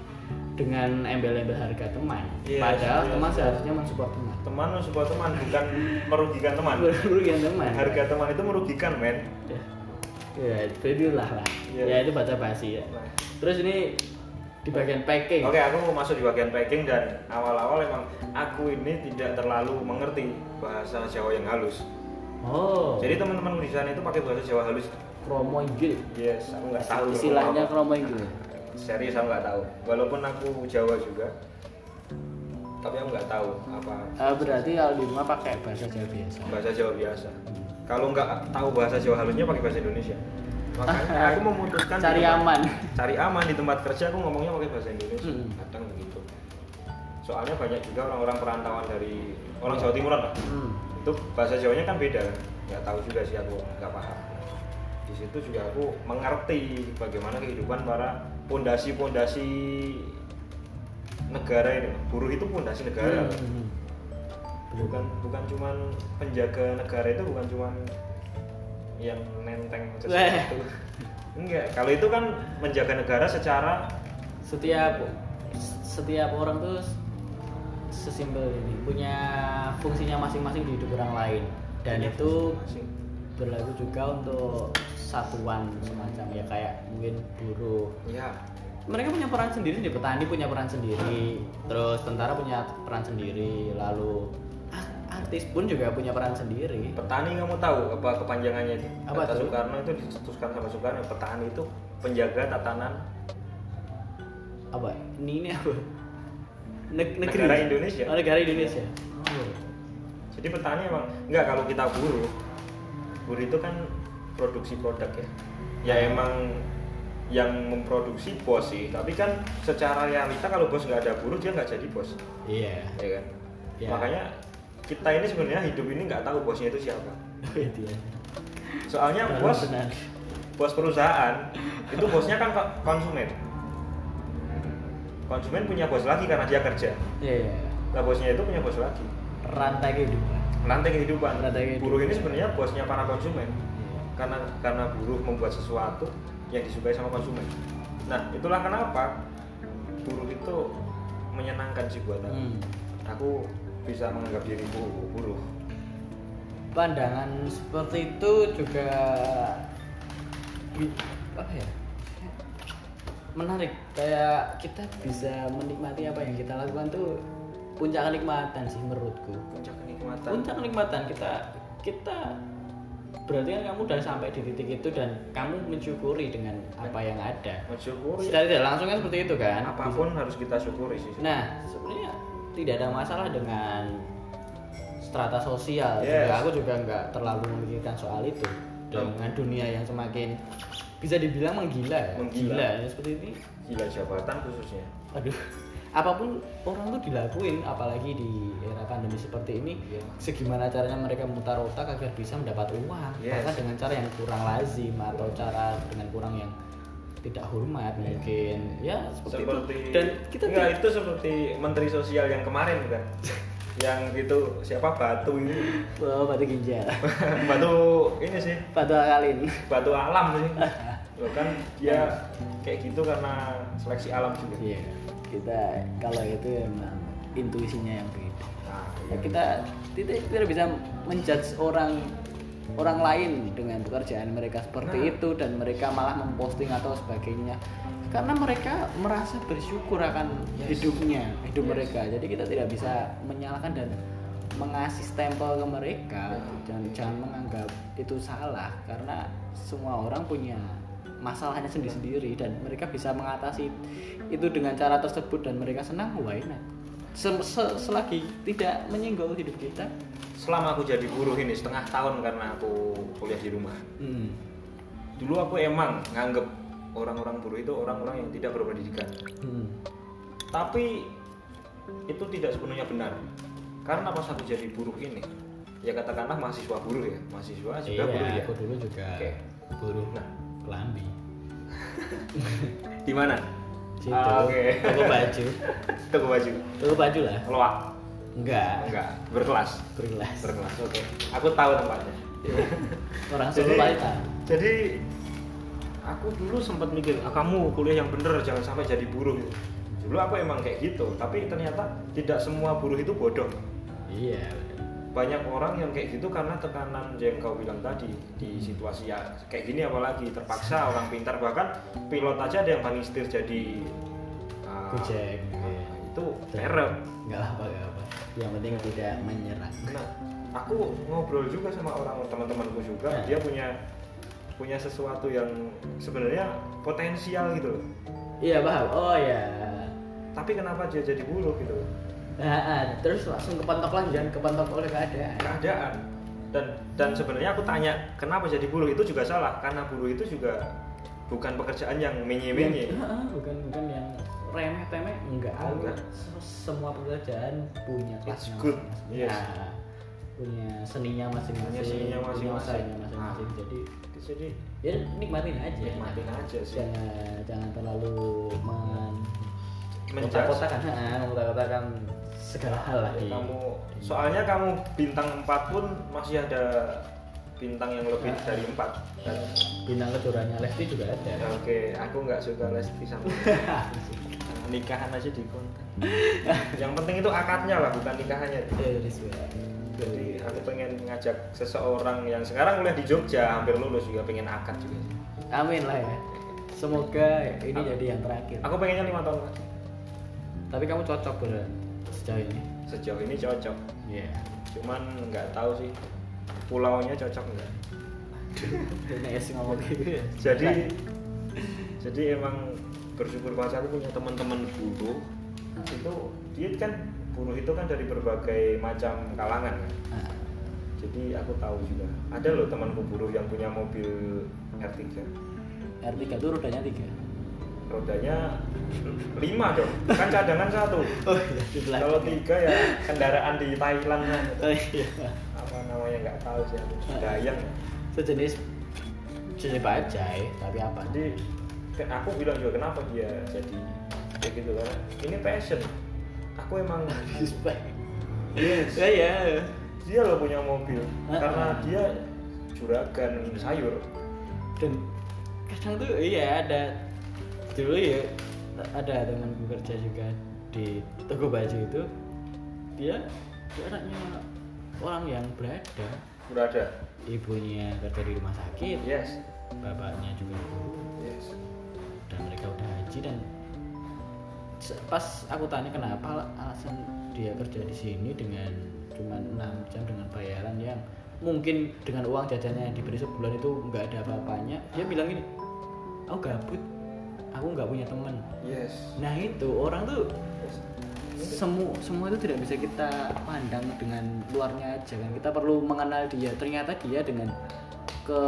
Speaker 1: dengan embel-embel harga teman.
Speaker 2: Yes,
Speaker 1: Padahal
Speaker 2: yes,
Speaker 1: teman
Speaker 2: yes.
Speaker 1: seharusnya mensupport teman.
Speaker 2: teman sebuah teman bukan merugikan teman
Speaker 1: Merugikan teman.
Speaker 2: harga teman itu merugikan men
Speaker 1: Ya, ya itu lah lah.
Speaker 2: Yes.
Speaker 1: Ya itu baca basi ya.
Speaker 2: Nah.
Speaker 1: Terus ini di bagian packing.
Speaker 2: Oke, aku mau masuk di bagian packing dan awal-awal emang aku ini tidak terlalu mengerti bahasa Jawa yang halus.
Speaker 1: Oh.
Speaker 2: Jadi teman-teman di sana itu pakai bahasa Jawa halus.
Speaker 1: kromo inggil.
Speaker 2: Yes, aku nggak tahu.
Speaker 1: Istilahnya
Speaker 2: kalau
Speaker 1: kromo inggil.
Speaker 2: apa. Serius aku nggak tahu. Walaupun aku Jawa juga, tapi aku nggak tahu apa
Speaker 1: Eh, berarti kalau di rumah pakai bahasa Jawa biasa.
Speaker 2: bahasa Jawa biasa. Kalau nggak tahu bahasa Jawa halusnya pakai bahasa Indonesia. Makanya aku memutuskan di
Speaker 1: Ah, Cari
Speaker 2: tempat-
Speaker 1: aman.
Speaker 2: cari aman di tempat kerja aku ngomongnya pakai bahasa Indonesia
Speaker 1: Hmm.
Speaker 2: kadang gitu. begitu soalnya banyak juga orang-orang perantauan dari orang Jawa Timuran lah
Speaker 1: Hmm.
Speaker 2: itu bahasa Jawanya kan beda kan nggak tahu juga sih aku nggak paham di situ juga aku mengerti bagaimana kehidupan para pondasi-pondasi negara ini buruh itu pondasi negara
Speaker 3: Hmm.
Speaker 2: bukan bukan cuman penjaga negara itu bukan cuman yang nenteng sesuatu enggak kalau itu kan menjaga negara secara
Speaker 1: setiap setiap orang tuh sesimpel ini punya fungsinya masing-masing di hidup orang lain dan
Speaker 2: punya
Speaker 1: itu
Speaker 2: masing-masing.
Speaker 1: berlaku juga untuk satuan semacam ya kayak mungkin buruh
Speaker 2: ya
Speaker 1: mereka punya peran sendiri di petani punya peran sendiri terus tentara punya peran sendiri lalu a- artis pun juga punya peran sendiri
Speaker 2: petani kamu tahu apa kepanjangannya itu
Speaker 1: Apa
Speaker 2: kata
Speaker 1: tuh?
Speaker 2: Soekarno itu dicetuskan sama Soekarno petani itu penjaga tatanan
Speaker 1: apa ini ini apa Neg- negeri
Speaker 2: Negara Indonesia.
Speaker 1: Oh, negara Indonesia
Speaker 2: jadi petani emang enggak kalau kita buruh buruh itu kan produksi produk ya ya
Speaker 1: Hmm.
Speaker 2: emang yang memproduksi bos sih tapi kan secara realita kalau bos nggak ada buruh dia nggak jadi bos
Speaker 1: iya
Speaker 2: ya kan
Speaker 1: Ya.
Speaker 2: makanya kita ini sebenarnya hidup ini nggak tahu bosnya itu siapa
Speaker 1: Oh, itu ya
Speaker 2: soalnya
Speaker 1: Benar,
Speaker 2: bos
Speaker 1: benar.
Speaker 2: bos perusahaan itu bosnya kan ko- konsumen konsumen punya bos lagi karena dia kerja
Speaker 1: Iya, iya.
Speaker 2: lah bosnya itu punya bos lagi
Speaker 1: rantai kehidupan
Speaker 2: rantai kehidupan
Speaker 1: Rantai kehidupan.
Speaker 2: buruh ini sebenarnya bosnya para konsumen
Speaker 1: Iya.
Speaker 2: karena karena buruh membuat sesuatu yang disukai sama konsumen nah itulah kenapa buruh itu menyenangkan sih buat aku
Speaker 1: Hmm.
Speaker 2: aku bisa menganggap diriku buruh
Speaker 1: pandangan seperti itu juga bi- apa ya menarik kayak kita bisa menikmati apa yang kita lakukan tuh puncak kenikmatan sih menurutku
Speaker 2: puncak kenikmatan
Speaker 1: puncak kenikmatan kita kita berarti kan kamu udah sampai di titik itu dan kamu mensyukuri dengan apa yang ada
Speaker 2: mensyukuri
Speaker 1: secara tidak langsung kan seperti itu kan
Speaker 2: apapun harus kita syukuri sih
Speaker 1: Nah, sebenarnya tidak ada masalah dengan strata sosial.
Speaker 2: Yes.
Speaker 1: Juga aku juga nggak terlalu memikirkan soal itu. Dengan dunia yang semakin bisa dibilang menggila, ya.
Speaker 2: Menggila.
Speaker 1: Gila, ya, seperti ini.
Speaker 2: gila jabatan khususnya
Speaker 1: Aduh, (laughs) apapun orang tuh dilakuin, apalagi di era pandemi seperti ini.
Speaker 2: Iya.
Speaker 1: Segimana caranya mereka memutar otak agar bisa mendapat uang,
Speaker 2: Yes.
Speaker 1: bahkan dengan cara yang kurang lazim atau cara dengan kurang yang tidak hormat mungkin ya seperti,
Speaker 2: Iya. seperti
Speaker 1: itu dan kita
Speaker 2: enggak
Speaker 1: tidak-
Speaker 2: itu seperti menteri sosial yang kemarin
Speaker 1: (laughs)
Speaker 2: kan yang itu siapa batu ini (laughs)
Speaker 1: Oh, batu ginjal.
Speaker 2: batu ini sih
Speaker 1: Batu akalin.
Speaker 2: batu alam
Speaker 1: (laughs)
Speaker 2: sih Loh kan dia kayak gitu karena seleksi alam juga
Speaker 1: Iya. Kita kalau itu emang intuisinya yang beda.
Speaker 2: nah,
Speaker 1: Ya, kita kita tidak bisa menjudge orang orang lain dengan pekerjaan mereka seperti
Speaker 2: Nah.
Speaker 1: itu dan mereka malah memposting atau sebagainya karena mereka merasa bersyukur akan
Speaker 2: Yes.
Speaker 1: hidupnya hidup
Speaker 2: Yes.
Speaker 1: mereka jadi kita tidak bisa menyalahkan dan mengasih stempel ke mereka dan jangan menganggap itu salah karena semua orang punya masalahnya sendiri-sendiri dan mereka bisa mengatasi itu dengan cara tersebut dan mereka senang why not Se- se- selagi tidak menyinggung hidup kita
Speaker 2: selama aku jadi buruh ini setengah tahun karena aku kuliah di rumah
Speaker 1: hmm.
Speaker 2: dulu aku emang nganggep orang-orang buruh itu orang-orang yang tidak berpendidikan
Speaker 1: Hmm.
Speaker 2: tapi itu tidak sepenuhnya benar karena pas aku jadi buruh ini ya katakanlah mahasiswa buruh ya mahasiswa
Speaker 3: Iya,
Speaker 2: juga buruh ya
Speaker 3: dulu juga
Speaker 2: Oke.
Speaker 3: buruh
Speaker 2: Nah.
Speaker 3: kelambi.
Speaker 2: di mana
Speaker 1: Situ.
Speaker 2: Ah, oke
Speaker 3: Toko baju.
Speaker 2: (laughs) toko baju
Speaker 3: Toko baju lah.
Speaker 2: loak
Speaker 3: Enggak.
Speaker 2: enggak berkelas
Speaker 3: Berkelas.
Speaker 2: berkelas oke aku tahu
Speaker 3: (laughs)
Speaker 2: tempatnya
Speaker 1: orang
Speaker 2: Jadi-
Speaker 1: Solo lain tahu.
Speaker 2: jadi aku dulu sempat mikir "Ah, kamu kuliah yang bener jangan sampai jadi buruh gitu. dulu aku emang kayak gitu tapi ternyata tidak semua buruh itu bodoh
Speaker 3: Iya.
Speaker 2: banyak orang yang kayak gitu karena tekanan yang kau bilang tadi di situasi ya kayak gini apalagi terpaksa orang pintar bahkan pilot aja ada yang paling setir jadi ah,
Speaker 3: Gojek.
Speaker 2: ah, itu merek
Speaker 3: Enggak lah apa-apa. Yang penting tidak menyerah.
Speaker 2: nah aku ngobrol juga sama orang teman-temanku juga
Speaker 3: Nah.
Speaker 2: dia punya punya sesuatu yang sebenarnya potensial gitu loh
Speaker 3: Iya paham. Oh ya.
Speaker 2: tapi kenapa dia jadi buruk gitu loh
Speaker 3: Nah, ah, terus langsung kepentok lagi jangan kepentok oleh keadaan.
Speaker 2: keadaan dan dan sebenarnya aku tanya kenapa jadi buruh itu juga salah karena buruh itu juga bukan pekerjaan yang
Speaker 1: Iya.
Speaker 2: menye-menye
Speaker 3: Yang- ah, bukan bukan yang remeh temeh enggak,
Speaker 2: Enggak.
Speaker 3: Aku se- semua pekerjaan punya
Speaker 2: It's
Speaker 3: kelasnya
Speaker 2: good.
Speaker 3: masing-masing.
Speaker 2: Yes.
Speaker 3: Nah,
Speaker 1: punya seninya masing-masing,
Speaker 2: Punya seninya
Speaker 1: punya
Speaker 2: masing-masing.
Speaker 1: usahanya masing-masing.
Speaker 2: Ah.
Speaker 1: Jadi
Speaker 2: jadi
Speaker 1: ya nikmatin aja.
Speaker 2: nikmatin aja
Speaker 1: Iya.
Speaker 2: sih
Speaker 1: Jangan jangan terlalu men
Speaker 2: Menjudge.
Speaker 1: mengkotak-kotakan, ah, mengkotak-kotakan segala hal lah.
Speaker 2: Ya,
Speaker 1: di-
Speaker 2: kamu soalnya kamu bintang 4 pun masih ada bintang yang lebih
Speaker 1: Ah.
Speaker 2: dari 4
Speaker 1: bintang kejuaranya Lesti juga ada.
Speaker 2: oke aku nggak suka lesti sama nikahan aja di konten yang penting itu akadnya lah bukan nikahannya
Speaker 1: Eh, Rizwa.
Speaker 2: jadi aku pengen ngajak seseorang yang sekarang kuliah di Jogja hampir lulus juga pengen akad juga
Speaker 1: Amin lah ya. Semoga ini
Speaker 2: Aku-
Speaker 1: jadi yang terakhir.
Speaker 2: aku pengennya lima tahun lagi
Speaker 1: Tapi kamu cocok beneran sejauh ini.
Speaker 2: sejauh ini cocok
Speaker 1: Iya.
Speaker 2: cuman nggak tahu sih pulaunya cocok nggak
Speaker 1: Ini es ngomong gitu ya.
Speaker 2: jadi jadi emang bersyukur banget aku punya teman-teman buruh itu dia kan buruh itu kan dari berbagai macam kalangan kan
Speaker 1: Ah,
Speaker 2: jadi aku tahu juga ada loh temanku buruh yang punya mobil R3
Speaker 1: R3 itu rodanya tiga.
Speaker 2: rodanya lima dong kan cadangan satu
Speaker 1: Oh iya. Sebelah.
Speaker 2: kalau tiga ya kendaraan di Thailand lah.
Speaker 1: Oh iya.
Speaker 2: apa namanya nggak tahu sih aku dayang
Speaker 1: Sejenis jenis bajai tapi apa?
Speaker 2: jadi ke- aku bilang juga kenapa dia jadi kayak gitu karena ini passion aku emang
Speaker 1: Respect.
Speaker 2: yes
Speaker 1: Ya ya.
Speaker 2: dia loh punya mobil
Speaker 1: Ah,
Speaker 2: karena
Speaker 1: ah.
Speaker 2: dia juragan sayur
Speaker 1: Dan kadang tuh iya ada dulu ya ada teman kerja juga di toko baju itu dia dia anaknya orang yang berada
Speaker 2: berada
Speaker 1: ibunya kerja di rumah sakit
Speaker 2: yes
Speaker 1: bapaknya juga guru
Speaker 2: yes
Speaker 1: dan mereka udah haji dan se- pas aku tanya kenapa al- alasan dia kerja di sini dengan cuma enam jam dengan bayaran yang mungkin dengan uang jajannya yang diberi sebulan itu nggak ada apa-apanya dia bilang ini aku gabut aku nggak punya temen
Speaker 2: yes
Speaker 1: nah itu orang tuh
Speaker 2: Yes.
Speaker 1: semu semua itu tidak bisa kita pandang dengan luarnya aja kan kita perlu mengenal dia ternyata dia dengan ke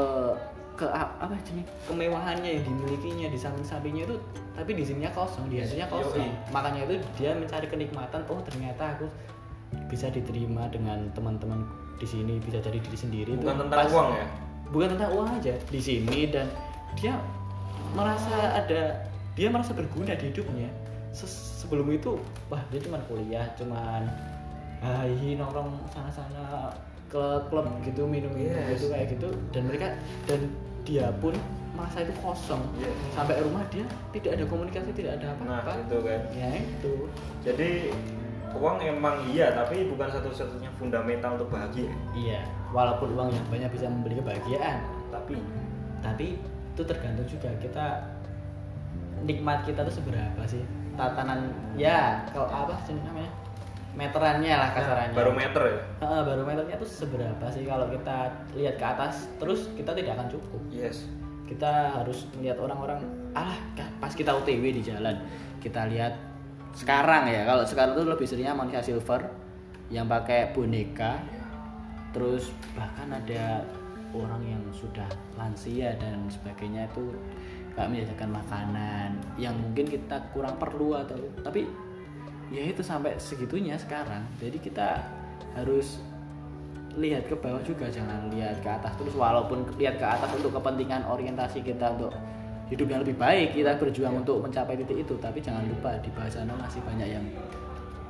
Speaker 1: ke a- apa sih kemewahannya yang dimilikinya di samping sampingnya itu tapi di sininya kosong di
Speaker 2: Iya,
Speaker 1: hatinya kosong
Speaker 2: Yoi.
Speaker 1: makanya itu dia mencari kenikmatan oh ternyata aku bisa diterima dengan teman-teman di sini bisa jadi diri sendiri itu
Speaker 2: bukan tentang
Speaker 1: pas-
Speaker 2: uang ya
Speaker 1: bukan tentang uang aja di sini dan dia merasa ada dia merasa berguna di hidupnya Se- sebelum itu wah dia cuma kuliah cuman hai nongkrong sana sana ke klub gitu minum minum
Speaker 2: Yes.
Speaker 1: gitu kayak gitu dan mereka dan dia pun merasa itu kosong
Speaker 2: Yes.
Speaker 1: sampai rumah dia tidak ada komunikasi tidak ada
Speaker 2: nah
Speaker 1: apa-apa
Speaker 2: itu kan
Speaker 1: ya itu
Speaker 2: jadi uang emang iya tapi bukan satu-satunya fundamental untuk bahagia
Speaker 1: iya walaupun uang yang banyak bisa membeli kebahagiaan
Speaker 2: tapi
Speaker 1: Iya. tapi itu tergantung juga kita nikmat kita tuh seberapa sih tatanan ya kalau apa sih namanya meterannya lah kasarannya
Speaker 2: barometer ya
Speaker 1: Heeh, barometernya tuh seberapa sih kalau kita lihat ke atas terus kita tidak akan cukup
Speaker 2: yes
Speaker 1: kita harus melihat orang-orang alah ka- pas kita OTW di jalan kita lihat sekarang ya kalau sekarang tuh lebih seringnya manusia silver yang pakai boneka terus bahkan ada orang yang sudah lansia dan sebagainya itu kayak menjajakan makanan yang mungkin kita kurang perlu atau tapi ya itu sampai segitunya sekarang jadi kita harus lihat ke bawah juga jangan lihat ke atas terus walaupun lihat ke atas untuk kepentingan orientasi kita untuk hidup yang lebih baik kita berjuang
Speaker 2: Iya.
Speaker 1: untuk mencapai titik itu tapi jangan lupa di bawah sana masih banyak yang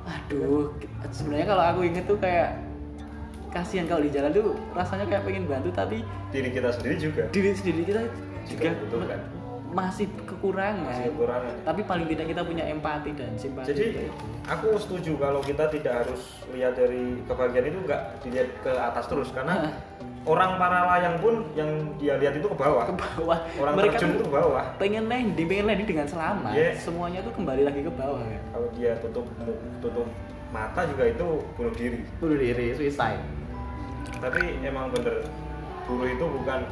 Speaker 1: aduh sebenarnya kalau aku inget tuh kayak kasihan kalau di jalan tuh rasanya kayak pengen bantu tapi
Speaker 2: diri kita sendiri juga
Speaker 1: diri sendiri kita juga
Speaker 2: membutuhkan.
Speaker 1: masih kekurangan
Speaker 2: kan? masih kekurangan
Speaker 1: tapi paling tidak kita punya empati dan simpati
Speaker 2: Jadi aku setuju kalau kita tidak harus lihat dari kebahagiaan itu nggak dilihat ke atas terus karena orang para layang pun yang dia lihat itu ke bawah.
Speaker 1: ke bawah
Speaker 2: Orang
Speaker 1: mereka kan
Speaker 2: terjun
Speaker 1: tuh
Speaker 2: itu ke bawah.
Speaker 1: pengen landing pengen landing dengan selamat
Speaker 2: Iya.
Speaker 1: semuanya tuh kembali lagi ke bawah kan
Speaker 2: Kalau dia tutup mu- tutup mata juga itu bunuh diri.
Speaker 1: bunuh diri suicide
Speaker 2: Tapi emang bener buruh itu bukan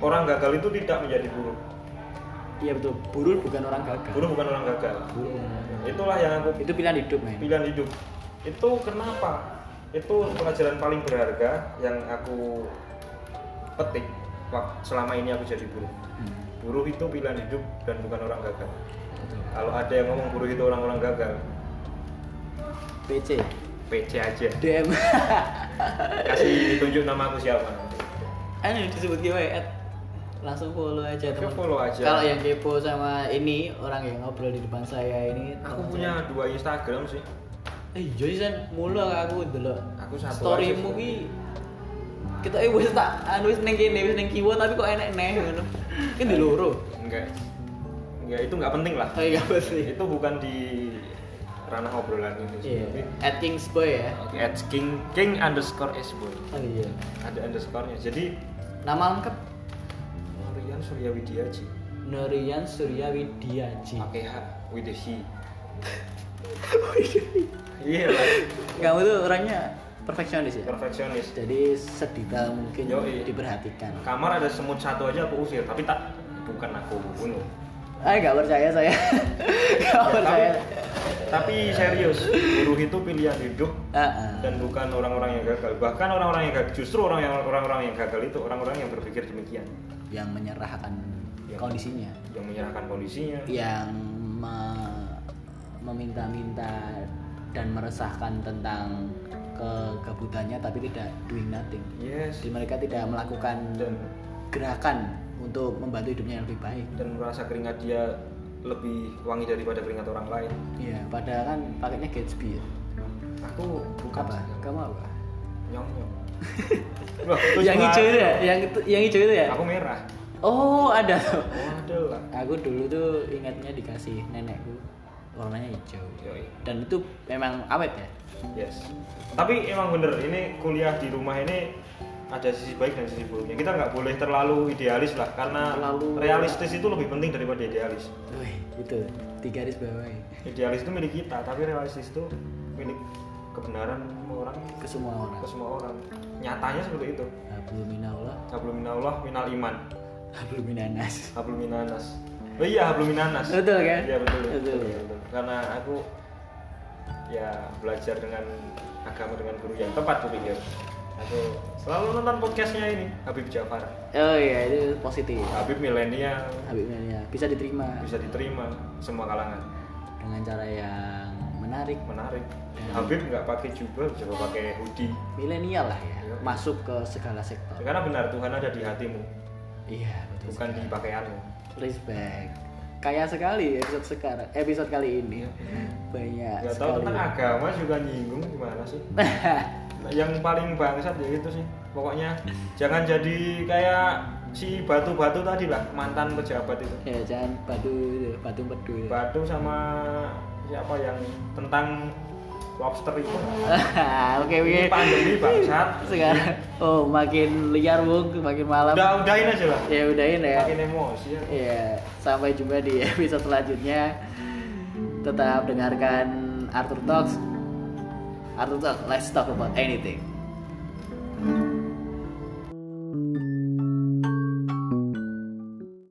Speaker 2: orang gagal itu tidak menjadi buruh.
Speaker 1: iya betul buruh bukan orang gagal
Speaker 2: Buruh bukan orang gagal.
Speaker 1: Buruh bukan orang gagal.
Speaker 2: Itulah yang aku
Speaker 1: itu pilihan hidup men
Speaker 2: pilihan hidup itu kenapa itu pelajaran paling berharga yang aku petik wak- selama ini aku jadi buruh
Speaker 1: Hmm,
Speaker 2: buruh itu pilihan hidup dan bukan orang gagal
Speaker 1: betul.
Speaker 2: kalau ada yang ngomong buruh itu orang-orang gagal
Speaker 1: PC
Speaker 2: PC aja
Speaker 1: (laughs) DM
Speaker 2: kasih tunjuk nama aku siapa nanti
Speaker 1: anu disebut giveaway at langsung follow aja
Speaker 2: Oke,
Speaker 1: teman
Speaker 2: follow aja.
Speaker 1: kalau yang kepo sama ini orang yang ngobrol di depan saya ini
Speaker 2: aku
Speaker 1: teman
Speaker 2: punya
Speaker 1: saya.
Speaker 2: dua Instagram sih
Speaker 1: eh Joysan mulu aku dulu
Speaker 2: Aku satu
Speaker 1: storymu
Speaker 2: aja
Speaker 1: ki
Speaker 2: sih.
Speaker 1: kita eh wis tak anu wis ning kene wis ning kiwa tapi kok enek neh ngono kan di loro
Speaker 2: enggak enggak itu enggak penting lah
Speaker 1: kayak apa sih
Speaker 2: itu bukan di ranah obrolan ini sih
Speaker 1: iya
Speaker 2: tapi
Speaker 1: at Kingsboy ya
Speaker 2: Oke, at king king underscore sboy
Speaker 1: oh iya
Speaker 2: ada underscorenya jadi
Speaker 1: nama lengkap
Speaker 2: Rian Surya Widiaji
Speaker 1: Hmm. Norian Surya Widiaji
Speaker 2: pakai H Widiaji iya lah
Speaker 1: kamu tuh orangnya perfeksionis ya
Speaker 2: perfeksionis
Speaker 1: jadi sedetail mungkin
Speaker 2: Yoi.
Speaker 1: diperhatikan
Speaker 2: kamar ada semut satu aja aku usir tapi tak bukan aku bunuh
Speaker 1: Ah nggak percaya saya, (laughs) nggak
Speaker 2: Ya,
Speaker 1: percaya.
Speaker 2: tapi, tapi serius buruh itu pilihan hidup
Speaker 1: Ah, ah.
Speaker 2: dan bukan orang-orang yang gagal bahkan orang-orang yang gagal justru orang yang orang-orang yang gagal itu orang-orang yang berpikir demikian
Speaker 1: Yang menyerahkan
Speaker 2: Ya.
Speaker 1: kondisinya,
Speaker 2: yang menyerahkan kondisinya
Speaker 1: yang me- meminta-minta dan meresahkan tentang kegabutannya tapi tidak doing nothing.
Speaker 2: yes
Speaker 1: Jadi mereka tidak melakukan
Speaker 2: dan
Speaker 1: gerakan untuk membantu hidupnya yang lebih baik.
Speaker 2: dan merasa keringat dia lebih wangi daripada keringat orang lain
Speaker 1: Iya, padahal kan paketnya Gatsby ya.
Speaker 2: aku bukan
Speaker 1: Apa? Kamu apa?
Speaker 2: nyong (laughs) nyong Loh, itu
Speaker 1: yang
Speaker 2: cuma-
Speaker 1: hijau itu ya, yang itu, yang hijau itu ya.
Speaker 2: aku merah
Speaker 1: Oh, ada tuh.
Speaker 2: waduh lah
Speaker 1: aku dulu tuh ingatnya dikasih nenekku warnanya hijau
Speaker 2: Yoi.
Speaker 1: dan itu memang awet ya
Speaker 2: Yes. Tapi emang bener ini kuliah di rumah ini ada sisi baik dan sisi buruknya. Kita nggak boleh terlalu idealis lah karena
Speaker 1: Terlalu-
Speaker 2: realistis itu lebih penting daripada idealis.
Speaker 1: Wih, itu tiga garis bawah ya.
Speaker 2: Idealis itu milik kita, tapi realistis itu milik kebenaran semua orang
Speaker 1: ke semua orang
Speaker 2: ke semua orang. Nyatanya seperti itu.
Speaker 1: hablum minallah
Speaker 2: Hablum minallah minal iman.
Speaker 1: hablum minanas
Speaker 2: Hablum minanas. Oh iya hablum minanas.
Speaker 1: betul kan
Speaker 2: Iya betul,
Speaker 1: betul,
Speaker 2: betul, betul. Karena aku ya belajar dengan agama dengan guru yang tepat kupikir. Aku selalu nonton podcastnya ini Habib Jafar.
Speaker 1: oh iya itu positif
Speaker 2: Habib milenial
Speaker 1: Habib ya bisa diterima
Speaker 2: bisa diterima semua kalangan.
Speaker 1: dengan cara yang menarik
Speaker 2: Menarik. Habib nggak pakai jubah, coba pakai hoodie.
Speaker 1: milenial lah ya
Speaker 2: Yoi.
Speaker 1: masuk ke segala sektor
Speaker 2: Karena benar Tuhan ada di hatimu,
Speaker 1: iya betul
Speaker 2: bukan di
Speaker 1: sekali.
Speaker 2: pakaianmu.
Speaker 1: respect kaya sekali episode sekarang episode kali ini banyak
Speaker 2: Iya. Nggak tahu
Speaker 1: sekali
Speaker 2: tentang agama juga nyinggung gimana sih? Nah, yang paling bangsat ya itu sih pokoknya jangan jadi kayak si batu-batu tadi lah mantan pejabat itu
Speaker 1: (laughs) ya jangan batu batu pedu (laughs) ya.
Speaker 2: batu sama siapa yang tentang lobster itu
Speaker 1: oke oke
Speaker 2: ini pandemi bangsat
Speaker 1: sekarang oh makin liar bung makin malam
Speaker 2: udah udahin aja lah
Speaker 1: ya udahin ya
Speaker 2: makin emosi ya
Speaker 1: ya sampai jumpa di (laughs) episode selanjutnya tetap dengarkan Arthur Talks Arthur Talks let's talk about anything